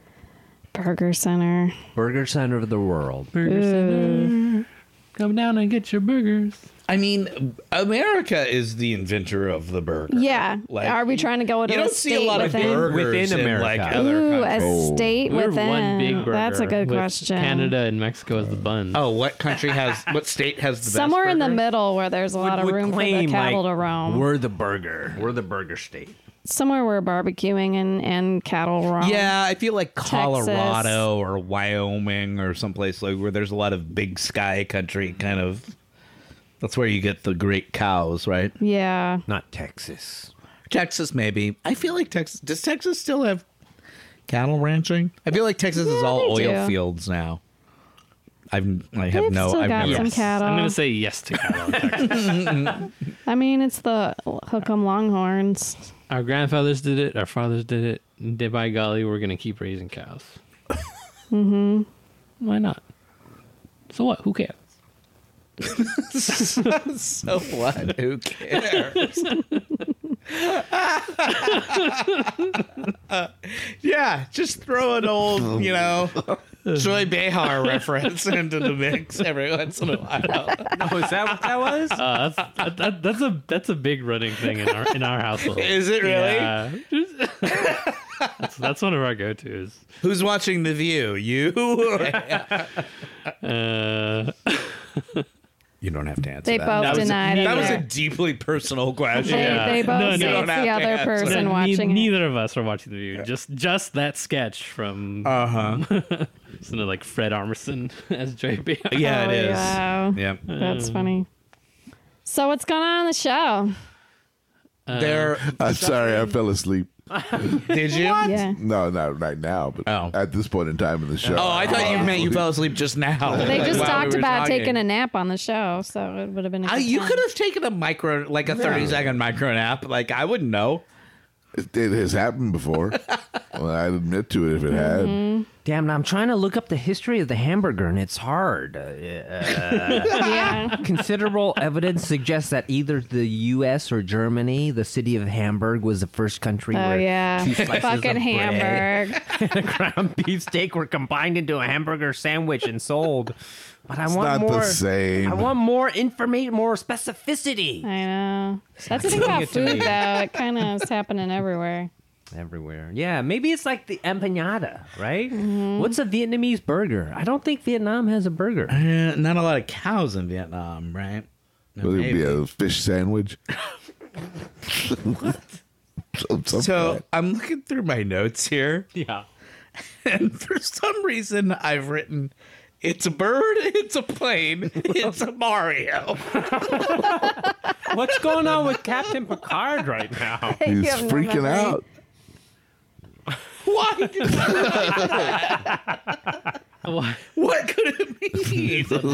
Speaker 1: Burger Center.
Speaker 5: Burger Center of the world.
Speaker 4: Burger Center. Come down and get your burgers.
Speaker 3: I mean, America is the inventor of the burger.
Speaker 1: Yeah.
Speaker 3: Like,
Speaker 1: Are we trying to go to
Speaker 3: You
Speaker 1: a
Speaker 3: don't
Speaker 1: state
Speaker 3: see a lot of
Speaker 1: within?
Speaker 3: burgers
Speaker 5: Within
Speaker 3: in,
Speaker 5: America.
Speaker 3: like other
Speaker 1: Ooh,
Speaker 3: countries.
Speaker 2: Oh.
Speaker 1: a state
Speaker 4: We're
Speaker 1: within.
Speaker 4: one big burger.
Speaker 1: That's a good
Speaker 4: with
Speaker 1: question.
Speaker 4: Canada and Mexico as the bun.
Speaker 3: Oh, what country has what state has the best
Speaker 1: Somewhere in the
Speaker 3: burgers?
Speaker 1: middle where there's a lot of
Speaker 5: Would
Speaker 1: room for the
Speaker 5: claim,
Speaker 1: cattle
Speaker 5: like,
Speaker 1: to roam.
Speaker 5: We're the burger. We're the burger state.
Speaker 1: Somewhere where barbecuing and, and cattle roam.
Speaker 3: Yeah, I feel like Colorado or Wyoming or someplace like where there's a lot of big sky country kind of. That's where you get the great cows, right?
Speaker 1: Yeah.
Speaker 5: Not Texas.
Speaker 3: Texas, maybe. I feel like Texas. Does Texas still have cattle ranching? I feel like Texas is
Speaker 1: Yeah,
Speaker 3: all
Speaker 1: they
Speaker 3: oil
Speaker 1: do.
Speaker 3: fields now. I've I have
Speaker 1: They've
Speaker 3: no.
Speaker 1: still
Speaker 3: I've
Speaker 1: got
Speaker 3: never-
Speaker 1: some cattle.
Speaker 4: I'm gonna say yes to cattle.
Speaker 1: I mean, it's the hook 'em longhorns.
Speaker 4: our grandfathers did it. Our fathers did it. And they- by golly, we're gonna keep raising cows. mm-hmm. Why not? So what? Who cares?
Speaker 3: so what? Who cares? yeah, just throw an old, you know, Joy Behar reference into the mix every once in a while.
Speaker 5: Oh, is that what that was?
Speaker 4: Uh, that's that, that, that's a that's a big running thing in our in our household.
Speaker 3: Is it really?
Speaker 4: Yeah. that's, that's one of our go tos.
Speaker 3: Who's watching The View? You?
Speaker 4: Uh,
Speaker 3: you don't have to answer
Speaker 1: They both
Speaker 3: was a-
Speaker 1: denied it
Speaker 3: That was a
Speaker 1: there.
Speaker 3: deeply personal question.
Speaker 1: They,
Speaker 4: Yeah.
Speaker 1: they both
Speaker 4: No, no.
Speaker 1: say
Speaker 4: You
Speaker 1: it's
Speaker 3: don't have
Speaker 1: the
Speaker 3: to
Speaker 1: other
Speaker 3: answer.
Speaker 1: person
Speaker 4: no, ne-
Speaker 1: watching it.
Speaker 4: neither of us are watching the view. Just just that sketch from
Speaker 3: Uh huh.
Speaker 4: listening to like Fred Armisen as Joy Behar.
Speaker 3: Yeah,
Speaker 1: Oh,
Speaker 3: it is.
Speaker 1: wow.
Speaker 3: Yep.
Speaker 1: That's funny. So what's going on on the show? Uh,
Speaker 3: there.
Speaker 2: I'm sorry, I fell asleep.
Speaker 3: uh, Did you?
Speaker 1: Yeah.
Speaker 2: No, not right now, but
Speaker 3: Oh.
Speaker 2: at this point in time in the show.
Speaker 3: Oh, I thought you meant you fell asleep just now.
Speaker 1: They just
Speaker 3: While we
Speaker 1: talked
Speaker 3: were
Speaker 1: about
Speaker 3: talking.
Speaker 1: taking a nap on the show, so it would have been. A
Speaker 3: I,
Speaker 1: good
Speaker 3: you
Speaker 1: time.
Speaker 3: could have taken a micro, like a thirty-second micro nap. Like I wouldn't know.
Speaker 2: It, it has happened before. well, I admit to it if it had.
Speaker 1: Mm-hmm.
Speaker 5: Damn, I'm trying to look up the history of the hamburger, and it's hard. Uh,
Speaker 1: Yeah.
Speaker 5: Considerable evidence suggests that either the U.S. or Germany, the city of Hamburg, was the first country
Speaker 1: Oh
Speaker 5: where
Speaker 1: yeah.
Speaker 5: two slices
Speaker 1: Fucking
Speaker 5: of
Speaker 1: Hamburg.
Speaker 5: bread and a ground beef steak were combined into a hamburger sandwich and sold. But I want
Speaker 2: not the
Speaker 5: more.
Speaker 2: same.
Speaker 5: I want more information, more specificity.
Speaker 1: I know. That's the thing about food, though. It kind of is happening everywhere.
Speaker 5: Everywhere. Yeah, maybe it's like the empanada, right?
Speaker 2: Mm-hmm.
Speaker 5: What's a Vietnamese burger? I don't think Vietnam has a burger.
Speaker 3: Uh, not a lot of cows in Vietnam, right? No,
Speaker 2: Would it be
Speaker 3: maybe.
Speaker 2: a fish sandwich? Some- some
Speaker 3: so
Speaker 2: kind.
Speaker 3: I'm looking through my notes here,
Speaker 4: yeah.
Speaker 3: and for some reason I've written, "It's a bird, it's a plane, it's a Mario."
Speaker 5: What's going on with Captain Picard right now?
Speaker 2: he's
Speaker 1: You have no
Speaker 2: freaking
Speaker 1: memory.
Speaker 2: out.
Speaker 3: Why?
Speaker 4: Why-
Speaker 3: what could it mean?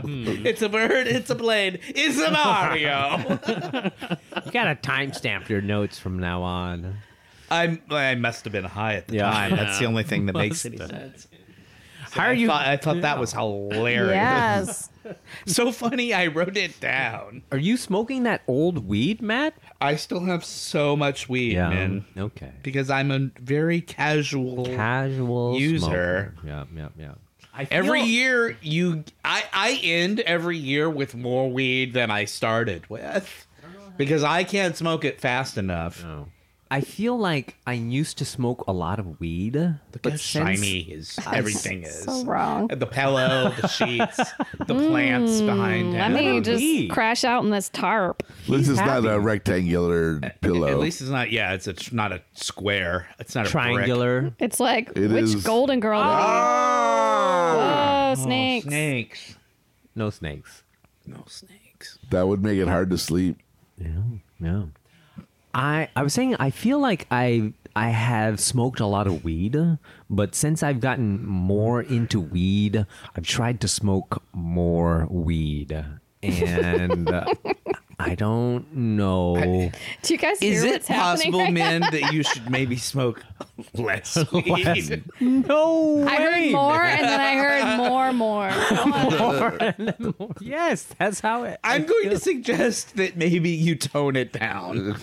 Speaker 4: Hmm.
Speaker 3: It's a bird, it's a plane, it's a Mario.
Speaker 5: You gotta timestamp your notes from now on.
Speaker 3: I'm, I must have been high at the
Speaker 5: Yeah.
Speaker 3: time. That's the only thing that makes any sense.
Speaker 5: How are
Speaker 3: I
Speaker 5: you?
Speaker 3: thought, I thought that was hilarious.
Speaker 1: Yes.
Speaker 3: So funny, I wrote it down.
Speaker 5: Are you smoking that old weed, Matt?
Speaker 3: I still have so much weed, man,
Speaker 5: Okay.
Speaker 3: because I'm a very casual.
Speaker 5: Casual Smoker.
Speaker 3: User.
Speaker 5: Yeah, yeah, yeah. I feel-
Speaker 3: every year, you, I, I end every year with more weed than I started with, because I can't smoke it fast enough.
Speaker 5: Oh. I feel like I used to smoke a lot of weed.
Speaker 3: Look
Speaker 5: but
Speaker 3: how
Speaker 5: since-
Speaker 3: shiny is everything is.
Speaker 1: So wrong.
Speaker 3: the pillow, the sheets, the plants behind
Speaker 1: Mm. Let
Speaker 3: him.
Speaker 1: me
Speaker 5: would
Speaker 1: just
Speaker 5: be.
Speaker 1: crash out in this tarp.
Speaker 2: This is not
Speaker 5: happy.
Speaker 2: a rectangular pillow.
Speaker 3: At least it's not. Yeah, it's a, tr- not a square. It's not a brick.
Speaker 5: triangular.
Speaker 1: It's like
Speaker 2: It
Speaker 1: which
Speaker 2: is- Ah!
Speaker 1: golden girl? Oh, oh, snakes.
Speaker 3: Snakes.
Speaker 5: No snakes.
Speaker 3: No snakes.
Speaker 2: that would make it hard to sleep.
Speaker 5: No. I I was saying I feel like I I have smoked a lot of weed, but since I've gotten more into weed, I've tried to smoke more weed, and uh, I don't know.
Speaker 1: Do you guys
Speaker 3: Is
Speaker 1: hear what's
Speaker 3: it
Speaker 1: happening?
Speaker 3: possible,
Speaker 1: right now?
Speaker 3: men, that you should maybe smoke less weed?
Speaker 5: no,
Speaker 1: I heard more, and then I heard more, more.
Speaker 5: Yes, that's how it.
Speaker 3: I'm going to suggest that maybe you tone it down.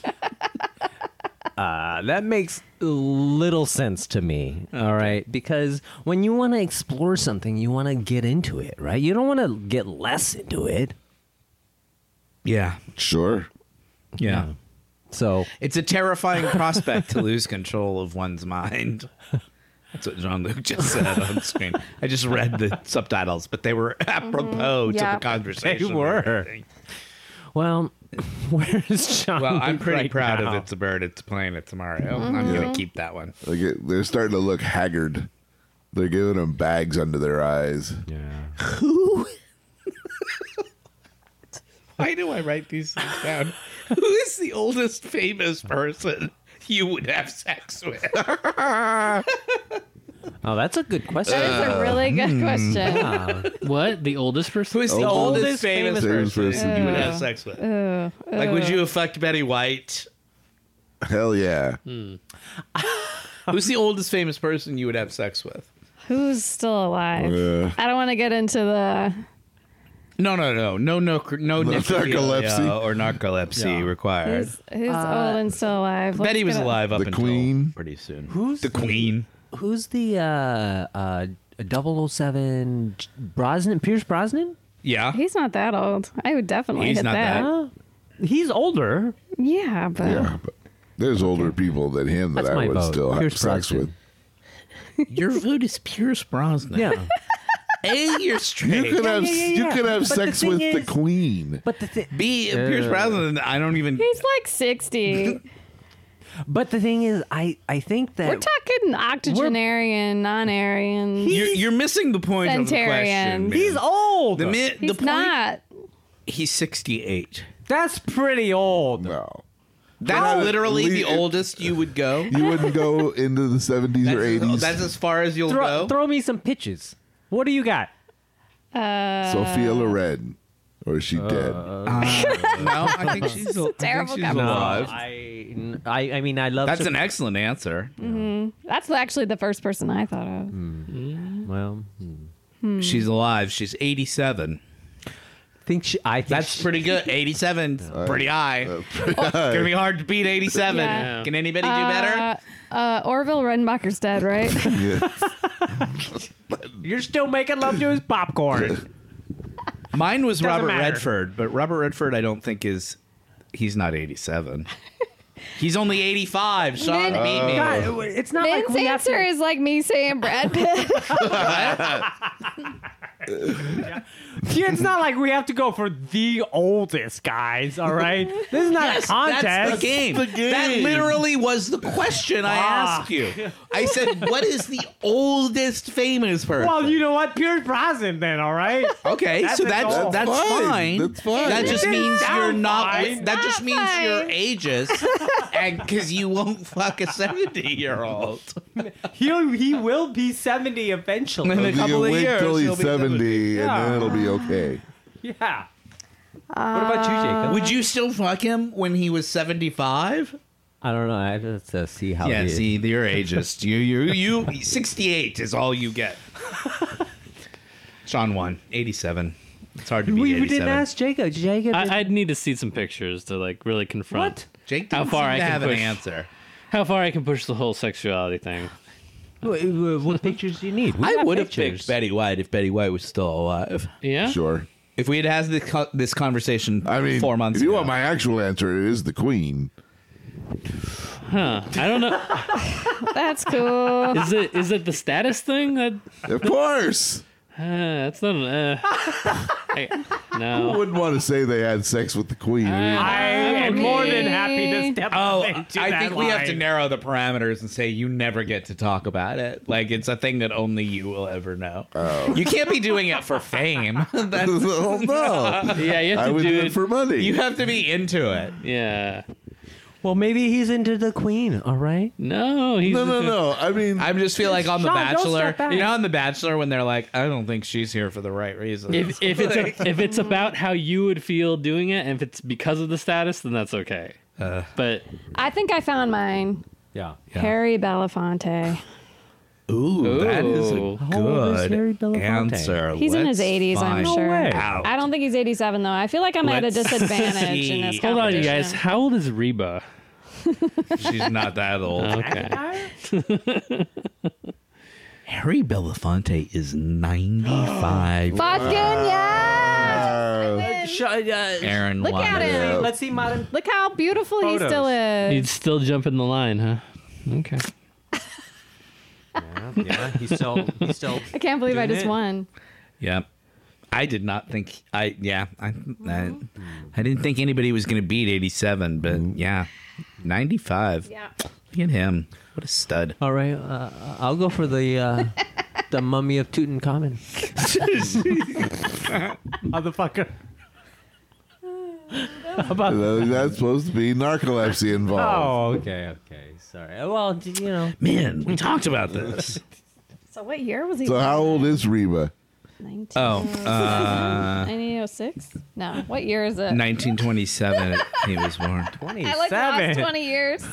Speaker 5: uh, that makes little sense to me. All right, because when you want to explore something, you want to get into it, right? You don't want to get less into it.
Speaker 3: Yeah.
Speaker 2: Sure.
Speaker 3: Yeah.
Speaker 5: So
Speaker 3: It's a terrifying prospect to lose control of one's mind. That's what Jean Luc just said on screen. I just read the subtitles, but they were apropos to
Speaker 1: Yeah.
Speaker 3: the conversation.
Speaker 5: They were. Well, where is John?
Speaker 3: Well, I'm
Speaker 5: Luke
Speaker 3: pretty
Speaker 5: right
Speaker 3: proud
Speaker 5: now?
Speaker 3: of It's a Bird, It's a Plane, It's a Mario. I'm going to keep that one.
Speaker 2: Like it, they're starting to look haggard. They're giving them bags under their eyes.
Speaker 5: Yeah.
Speaker 3: Why do I write these things down? Who is the oldest famous person you would have sex with?
Speaker 5: Oh, that's a good question.
Speaker 3: Uh,
Speaker 1: That is a really
Speaker 3: Hmm.
Speaker 1: good question.
Speaker 4: What? The oldest person?
Speaker 3: Who Oh, is the oldest,
Speaker 2: Famous
Speaker 3: famous, person,
Speaker 2: person.
Speaker 3: you would have sex with? like, would you have fucked Betty White?
Speaker 2: Hell yeah.
Speaker 5: Hmm.
Speaker 3: Who's the oldest famous person you would have sex with?
Speaker 1: Who's still alive?
Speaker 2: Yeah.
Speaker 1: I don't want to get into the.
Speaker 3: No, no, no, no, no, no,
Speaker 2: narcolepsy.
Speaker 3: narcolepsy or narcolepsy required.
Speaker 1: Who's, who's old and still alive? Let's
Speaker 3: Uh, Betty was
Speaker 1: get a-
Speaker 3: alive up
Speaker 2: The
Speaker 3: until
Speaker 2: Queen.
Speaker 3: pretty soon.
Speaker 5: Who's-
Speaker 3: the Queen?
Speaker 5: Who's the uh uh 007 Brosnan Pierce Brosnan?
Speaker 3: Yeah,
Speaker 1: He's not that old. I would definitely
Speaker 3: He's
Speaker 1: hit
Speaker 3: not
Speaker 1: that.
Speaker 3: that-
Speaker 5: Huh? He's older.
Speaker 1: Yeah, but
Speaker 2: Yeah. But there's older people than him that
Speaker 5: That's
Speaker 2: I
Speaker 5: my
Speaker 2: would
Speaker 5: vote.
Speaker 2: still have
Speaker 5: Pierce
Speaker 2: sex
Speaker 5: Brosnan.
Speaker 2: with.
Speaker 3: your vote is Pierce Brosnan.
Speaker 5: Yeah.
Speaker 3: A, you're straight.
Speaker 2: You could have
Speaker 5: yeah, yeah,
Speaker 2: you
Speaker 5: yeah.
Speaker 2: could have
Speaker 5: But the
Speaker 2: sex
Speaker 5: thing
Speaker 2: with the
Speaker 5: is-
Speaker 2: queen.
Speaker 5: but the thi-
Speaker 3: B, Pierce Brosnan. I don't even.
Speaker 1: he's like sixty.
Speaker 5: but the thing is I I think that
Speaker 1: We're talking octogenarian, non-Aryan.
Speaker 3: You're, you're missing the point
Speaker 1: Centurion.
Speaker 3: of the question. man.
Speaker 5: He's old.
Speaker 3: The, mi-
Speaker 1: he's
Speaker 3: the point.
Speaker 1: not.
Speaker 3: He's 68.
Speaker 5: That's pretty old.
Speaker 2: No.
Speaker 3: That's literally the
Speaker 2: leave it-
Speaker 3: oldest you would go.
Speaker 2: You wouldn't go into the 70s
Speaker 3: That's,
Speaker 2: or 80s.
Speaker 3: that's as far as you'll
Speaker 5: Throw,
Speaker 3: go.
Speaker 5: throw me some pitches. What do you got?
Speaker 2: Sophia Loren. Or is she
Speaker 5: Uh, oh,
Speaker 2: dead?
Speaker 3: No, I think she's, I think
Speaker 1: terrible
Speaker 3: she's
Speaker 1: conversation.
Speaker 3: alive.
Speaker 5: I, I I mean I love
Speaker 3: That's
Speaker 5: Soph-
Speaker 3: an excellent answer.
Speaker 1: That's actually the first person I thought of.
Speaker 5: well
Speaker 3: She's alive. She's 87.
Speaker 5: think she, I think
Speaker 3: That's
Speaker 5: she-
Speaker 3: pretty good. 87, 's pretty high.
Speaker 5: Uh,
Speaker 3: It's gonna be hard to beat 87.
Speaker 1: Yeah.
Speaker 3: Can anybody do better?
Speaker 1: Uh, Orville Redenbacher's dead, right?
Speaker 2: Yeah.
Speaker 5: You're still making love to his popcorn.
Speaker 3: Mine was
Speaker 5: doesn't
Speaker 3: Robert
Speaker 5: matter.
Speaker 3: Redford, but Robert Redford, I don't think is. He's not 87. he's only 85.
Speaker 1: Then-
Speaker 3: Sean beat me.
Speaker 5: God, it's not
Speaker 1: Ben's
Speaker 5: like we have
Speaker 1: answer
Speaker 5: to,
Speaker 1: is like me saying Brad Pitt.
Speaker 5: Yeah, it's not like we have to go for the oldest guys, all right? This is not a contest.
Speaker 3: That's the game. That literally was the question I asked you. I said, "What is the oldest famous person?"
Speaker 5: Well, you know what? Pierce Brosnan then, all right?
Speaker 3: Okay,
Speaker 5: That's
Speaker 3: so
Speaker 5: an
Speaker 3: that's
Speaker 5: old.
Speaker 3: that's,
Speaker 2: That's fine.
Speaker 3: fine.
Speaker 2: That's fine.
Speaker 3: That
Speaker 2: It
Speaker 3: just
Speaker 5: didn't
Speaker 3: means
Speaker 5: sound
Speaker 3: you're not.
Speaker 5: fine.
Speaker 3: That just
Speaker 1: Not
Speaker 3: means you're
Speaker 1: fine.
Speaker 3: ages, and because you won't fuck a seventy-year-old.
Speaker 5: He'll, he will be 70 eventually.
Speaker 3: In a couple
Speaker 2: you
Speaker 3: of
Speaker 2: wait
Speaker 3: years,
Speaker 2: till
Speaker 3: he'll
Speaker 2: he's
Speaker 3: be
Speaker 2: 70 and
Speaker 5: Yeah.
Speaker 2: then it'll be okay.
Speaker 5: Yeah. what about you, Jacob?
Speaker 3: Would you still fuck him when he was seventy-five?
Speaker 5: I don't know. I have to see how
Speaker 3: Yeah,
Speaker 5: he
Speaker 3: see, you're ageist. You, you, you. Sixty-eight is all you get. Sean won. Eighty-seven. It's hard to beat
Speaker 5: We, we
Speaker 3: eighty-seven.
Speaker 5: didn't ask Jacob. Jacob. did-
Speaker 4: I, I'd need to see some pictures to like really confront
Speaker 3: Jake,
Speaker 4: How
Speaker 3: didn't
Speaker 4: far
Speaker 3: seem
Speaker 4: I
Speaker 3: to
Speaker 4: can
Speaker 3: have
Speaker 4: push.
Speaker 3: an answer.
Speaker 4: how far I can push the whole sexuality thing.
Speaker 5: Wait, wait, what pictures do you need? We got pictures.
Speaker 3: Betty White if Betty White was still alive.
Speaker 4: Yeah.
Speaker 2: Sure.
Speaker 3: If we had had this, co- this conversation
Speaker 2: I mean,
Speaker 3: four months
Speaker 2: if you
Speaker 3: ago,
Speaker 2: want my actual answer, it is the queen.
Speaker 4: Huh. I don't know.
Speaker 1: That's cool.
Speaker 4: Is it is it the status thing that
Speaker 2: Of course.
Speaker 4: uh, that's not an, uh, I-
Speaker 2: I
Speaker 4: no.
Speaker 2: wouldn't want to say they had sex with the queen.
Speaker 4: Uh,
Speaker 5: I am more than happy to
Speaker 1: Okay.
Speaker 5: step
Speaker 3: oh,
Speaker 5: up
Speaker 3: I
Speaker 5: into that
Speaker 3: think we have to
Speaker 5: line.
Speaker 3: narrow the parameters and say you never get to talk about it. Like it's a thing that only you will ever know. You can't be doing it for fame. That's-
Speaker 2: oh, no.
Speaker 4: Yeah, you
Speaker 2: I
Speaker 4: have to
Speaker 2: would
Speaker 4: do
Speaker 2: do
Speaker 4: it.
Speaker 2: it for money.
Speaker 3: you have to be into it.
Speaker 4: yeah.
Speaker 5: Well, maybe he's into the queen, all right?
Speaker 4: No, he's
Speaker 2: no, no, no. I mean,
Speaker 3: I just feel like on The
Speaker 5: Sean, don't
Speaker 3: Bachelor,
Speaker 5: step back.
Speaker 3: you know, on The Bachelor when they're like, I don't think she's here for the right reason.
Speaker 4: If, if it's a, if it's about how you would feel doing it, and if it's because of the status, then that's okay.
Speaker 2: Uh.
Speaker 4: but
Speaker 1: I think I found mine.
Speaker 5: Yeah.
Speaker 1: Harry Belafonte.
Speaker 3: ooh, that is a
Speaker 4: Ooh.
Speaker 5: How old is
Speaker 3: good
Speaker 5: Harry Belafonte?
Speaker 3: answer.
Speaker 1: He's in his
Speaker 3: Let's
Speaker 1: 80s, I'm
Speaker 3: find
Speaker 1: sure.
Speaker 5: way.
Speaker 3: out.
Speaker 1: I don't think he's 87 though. I feel like I'm at a
Speaker 3: Let's
Speaker 1: disadvantage in this.
Speaker 3: see. Hold
Speaker 4: hold on, you guys.
Speaker 1: competition.
Speaker 4: How old is Reba?
Speaker 3: She's not that old.
Speaker 4: Okay.
Speaker 3: Harry Belafonte is 95.
Speaker 1: Fucking yeah!
Speaker 2: Uh,
Speaker 3: Aaron
Speaker 1: Look at
Speaker 3: Waters.
Speaker 1: him.
Speaker 5: Let's see modern.
Speaker 1: Look how beautiful he
Speaker 5: Photos.
Speaker 1: still is.
Speaker 4: You'd still jump in the line, huh? Okay.
Speaker 5: yeah, he's still. He's still.
Speaker 1: I can't believe I
Speaker 5: Doing
Speaker 1: just
Speaker 5: it.
Speaker 1: won.
Speaker 3: Yep. I did not think I yeah, I I, I didn't think anybody was going to beat 87, but yeah. 95.
Speaker 1: Yeah.
Speaker 3: Look at him. What a stud.
Speaker 5: All right, uh, I'll go for the uh, the mummy of Tutankhamun. Motherfucker.
Speaker 2: that's supposed to be narcolepsy involved.
Speaker 5: Oh, okay, okay. Sorry. Well, d- you know,
Speaker 3: Man, we talked about this.
Speaker 1: So what year was he?
Speaker 4: Oh.
Speaker 2: So how old is Reba?
Speaker 1: 19.
Speaker 3: Oh,
Speaker 1: Uh, 1906? No. What year is it?
Speaker 3: 1927 he was born.
Speaker 5: twenty-seven.
Speaker 1: I like last 20 years.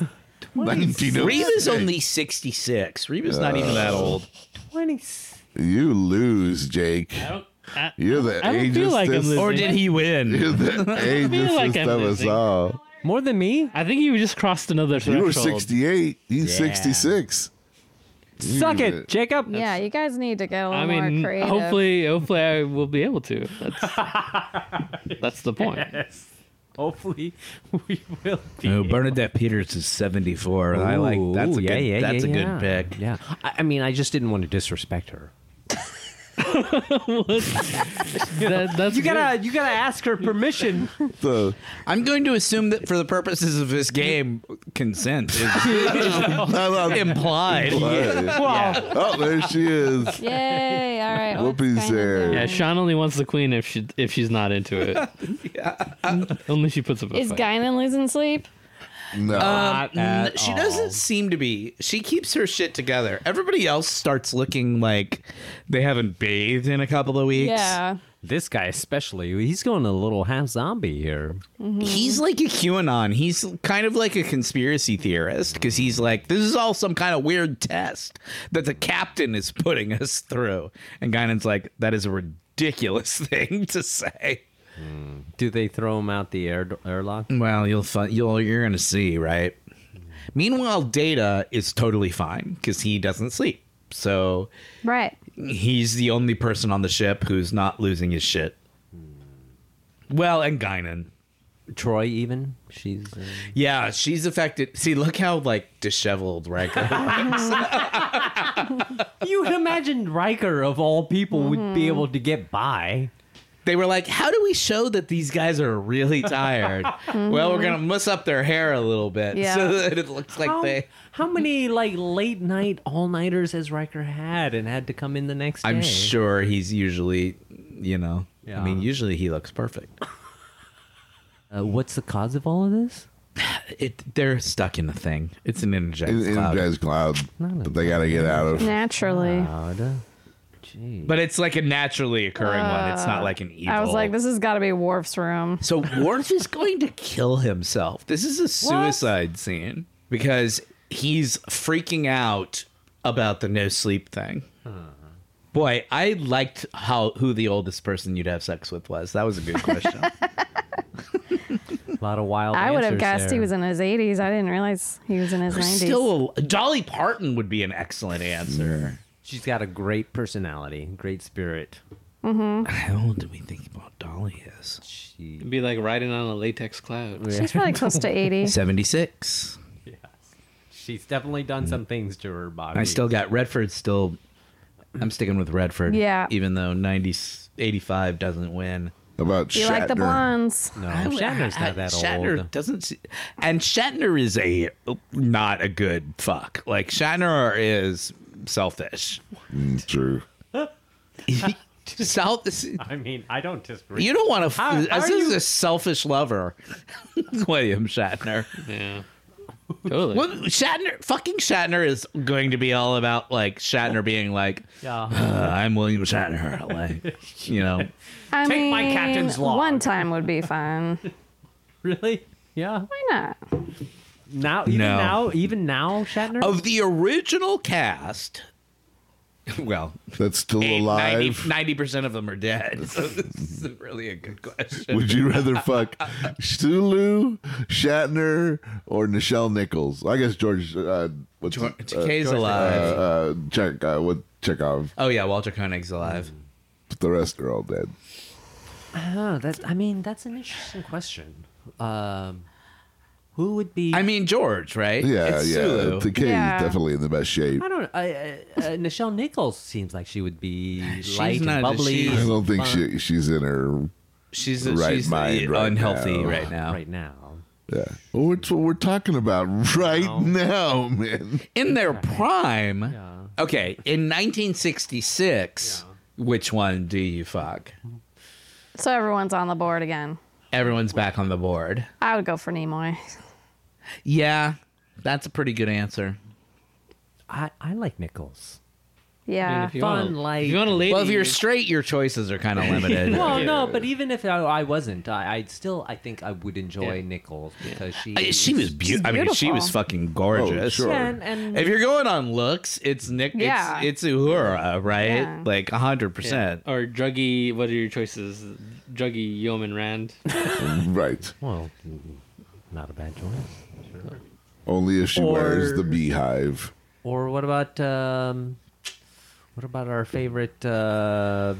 Speaker 2: 1906.
Speaker 3: Reba's only 66. Reba's not even that old.
Speaker 2: You lose, Jake.
Speaker 4: I-
Speaker 2: You're the
Speaker 4: I don't feel
Speaker 2: ageist
Speaker 4: like I'm
Speaker 2: this-
Speaker 4: losing.
Speaker 3: Or did he win?
Speaker 2: You're the ageist
Speaker 4: like I'm
Speaker 2: of us
Speaker 4: losing.
Speaker 2: all.
Speaker 5: More than me?
Speaker 4: I think he just crossed another threshold.
Speaker 2: You were 68. He's 66.
Speaker 5: Suck it, Jacob.
Speaker 1: yeah, you guys need to get a little
Speaker 4: I
Speaker 1: more
Speaker 4: mean,
Speaker 1: creative.
Speaker 4: hopefully, hopefully, I will be able to. That's that's the point.
Speaker 5: Hopefully, we will be.
Speaker 3: No, Bernadette Peters is 74. I like that's a
Speaker 5: Ooh,
Speaker 3: good that's a
Speaker 5: yeah.
Speaker 3: good pick.
Speaker 5: Yeah. I, I mean, I just didn't want to disrespect her.
Speaker 4: That, that's good.
Speaker 5: you gotta ask her permission.
Speaker 2: So,
Speaker 3: I'm going to assume that for the purposes of this game, consent is
Speaker 2: I love
Speaker 3: implied.
Speaker 5: well,
Speaker 2: Oh, there she is.
Speaker 1: Yay. All right. Oh, well,
Speaker 2: Whoopi's
Speaker 1: that's kind of
Speaker 2: there.
Speaker 1: done.
Speaker 4: Yeah, Sean only wants the queen if she if she's not into it. Only she puts up a
Speaker 1: Is
Speaker 4: fight.
Speaker 1: Guinan losing sleep?
Speaker 2: No.
Speaker 1: Uh,
Speaker 5: Not
Speaker 3: Mm,
Speaker 5: at
Speaker 3: she
Speaker 5: all.
Speaker 3: doesn't seem to be. She keeps her shit together. Everybody else starts looking like they haven't bathed in a couple of weeks.
Speaker 1: Yeah.
Speaker 5: this guy especially, he's going a little half zombie here.
Speaker 3: He's like a QAnon. He's kind of like a conspiracy theorist because he's like, this is all some kind of weird test that the captain is putting us through. And Guinan's like, that is a ridiculous thing to say.
Speaker 5: Do they throw him out the air airlock?
Speaker 3: Well, you'll fi- you'll you're gonna see, right? Meanwhile, Data is totally fine because he doesn't sleep, so
Speaker 1: Right.
Speaker 3: he's the only person on the ship who's not losing his shit. Well, and Guinan,
Speaker 5: Troy, even she's. Uh,
Speaker 3: yeah, she's affected. See, look how like disheveled Riker.
Speaker 5: you would imagine Riker of all people would be able to get by.
Speaker 3: they were like, "How do we show that these guys are really tired?" Well, we're gonna muss up their hair a little bit
Speaker 1: Mm-hmm. Yeah. Oh,
Speaker 3: so that it looks like
Speaker 5: How,
Speaker 3: they.
Speaker 5: how many like late night all nighters has Riker had and had to come in the next day?
Speaker 3: I'm sure he's usually, you know, I mean,
Speaker 5: Yeah.
Speaker 3: usually he looks perfect.
Speaker 5: Uh, what's the cause of all of this?
Speaker 3: It they're stuck in the thing. It's an energized
Speaker 2: in, in
Speaker 3: cloud.
Speaker 2: Jazz Cloud that they got to get out of.
Speaker 1: Naturally.
Speaker 5: Odd. Gee.
Speaker 3: But it's like a naturally occurring one. It's not like an evil.
Speaker 1: Uh, I was like, this has got to be Worf's room.
Speaker 3: So Worf is going to kill himself. This is a suicide scene because he's freaking out about the no sleep thing. Boy, I liked how who the oldest person you'd have sex with was. That was a good question.
Speaker 5: A lot of wild.
Speaker 1: I would have
Speaker 5: answers
Speaker 1: guessed he
Speaker 5: there.
Speaker 1: was in his 80s. I didn't realize he was in his 90s.
Speaker 3: Still, Dolly Parton would be an excellent answer.
Speaker 5: She's got a great personality, great spirit.
Speaker 3: How old do we think about Dolly is?
Speaker 5: She.
Speaker 4: It'd be like riding on a latex cloud.
Speaker 1: She's probably close to 80.
Speaker 3: Seventy six.
Speaker 5: She's definitely done some things to her body.
Speaker 3: Mm. I still got Redford. Still, I'm sticking with Redford.
Speaker 1: Yeah.
Speaker 3: Even though 90, 85 doesn't win.
Speaker 2: About
Speaker 1: You
Speaker 2: Shatner.
Speaker 1: like the blondes.
Speaker 5: no. Oh, Shatner's
Speaker 3: I- I-
Speaker 5: not that
Speaker 3: Shatner
Speaker 5: old.
Speaker 3: doesn't. se- And Shatner is a not a good fuck. Like Shatner is selfish.
Speaker 2: Mm, True.
Speaker 3: Self.
Speaker 5: I mean, I don't disagree.
Speaker 3: You don't want to.
Speaker 5: How-
Speaker 3: This
Speaker 5: how are
Speaker 3: is
Speaker 5: you-
Speaker 3: a selfish lover, William Shatner.
Speaker 4: Yeah. Totally.
Speaker 3: Well, Shatner, fucking Shatner is going to be all about like Shatner being like,
Speaker 5: Yeah.
Speaker 3: uh, "I'm William Shatner," like you know.
Speaker 1: I
Speaker 5: Take
Speaker 1: mean,
Speaker 5: my captain's log.
Speaker 1: One time would be fun.
Speaker 5: really? Yeah.
Speaker 1: Why not?
Speaker 5: Now, even
Speaker 3: No. Oh.
Speaker 5: now, even now, Shatner.
Speaker 3: of the original cast, well,
Speaker 2: that's still
Speaker 3: eight-
Speaker 2: alive?
Speaker 3: 90 percent of them are dead. So this is really a good question.
Speaker 2: Would you rather fuck Sulu, Shatner, or Nichelle Nichols? I guys George. Uh, what's
Speaker 3: George-
Speaker 2: uh,
Speaker 3: Takei's
Speaker 2: uh,
Speaker 3: alive.
Speaker 2: Uh, check uh, with Chekhov.
Speaker 3: oh yeah, Walter Koenig's alive.
Speaker 2: But the rest are all dead.
Speaker 5: Oh, that's. I mean, that's an interesting question. Um, who would be?
Speaker 3: I mean George, right?
Speaker 2: Yeah,
Speaker 3: It's
Speaker 2: yeah.
Speaker 3: Sulu.
Speaker 2: Takei's
Speaker 1: Yeah.
Speaker 2: definitely in the best shape.
Speaker 5: I don't. Uh, uh, uh, Nichelle Nichols seems like she would be
Speaker 3: She's
Speaker 5: light
Speaker 3: not-
Speaker 5: and bubbly.
Speaker 3: she's-
Speaker 2: I don't think
Speaker 5: fun
Speaker 2: she she's in her.
Speaker 3: she's a,
Speaker 2: Right
Speaker 3: she's
Speaker 2: mind
Speaker 3: uh,
Speaker 2: right
Speaker 3: unhealthy
Speaker 2: now.
Speaker 3: right now.
Speaker 5: right now.
Speaker 2: Yeah. Well, it's what we're talking about right now, man.
Speaker 3: In their prime.
Speaker 5: Yeah.
Speaker 3: Okay, in 1966, which one do you fuck?
Speaker 1: So everyone's on the board again.
Speaker 3: Everyone's back on the board.
Speaker 1: I would go for Nimoy.
Speaker 3: Yeah, that's a pretty good answer.
Speaker 5: I, I like Nichols.
Speaker 4: I mean,
Speaker 1: Yeah.
Speaker 4: if you
Speaker 5: Fun,
Speaker 4: wanna-
Speaker 5: like-
Speaker 4: if you want a lady,
Speaker 3: Well, if you're straight, your choices are kind of limited.
Speaker 5: Well, no, but even if I, I wasn't, I, I still I think I would enjoy
Speaker 4: Yeah.
Speaker 5: Nichols because she
Speaker 3: I- she was beautiful. I mean, she was fucking gorgeous.
Speaker 2: Oh, sure.
Speaker 5: and, and
Speaker 3: If you're going on looks, it's Nick.
Speaker 1: Yeah.
Speaker 3: It's, it's Uhura, right?
Speaker 1: Yeah.
Speaker 3: Like hundred percent.
Speaker 4: or druggy. What are your choices? Druggy Yeoman Rand.
Speaker 2: Right.
Speaker 5: well, not a bad choice.
Speaker 2: Only if she
Speaker 5: Or-
Speaker 2: wears the beehive.
Speaker 5: Or what about um, what about our favorite uh,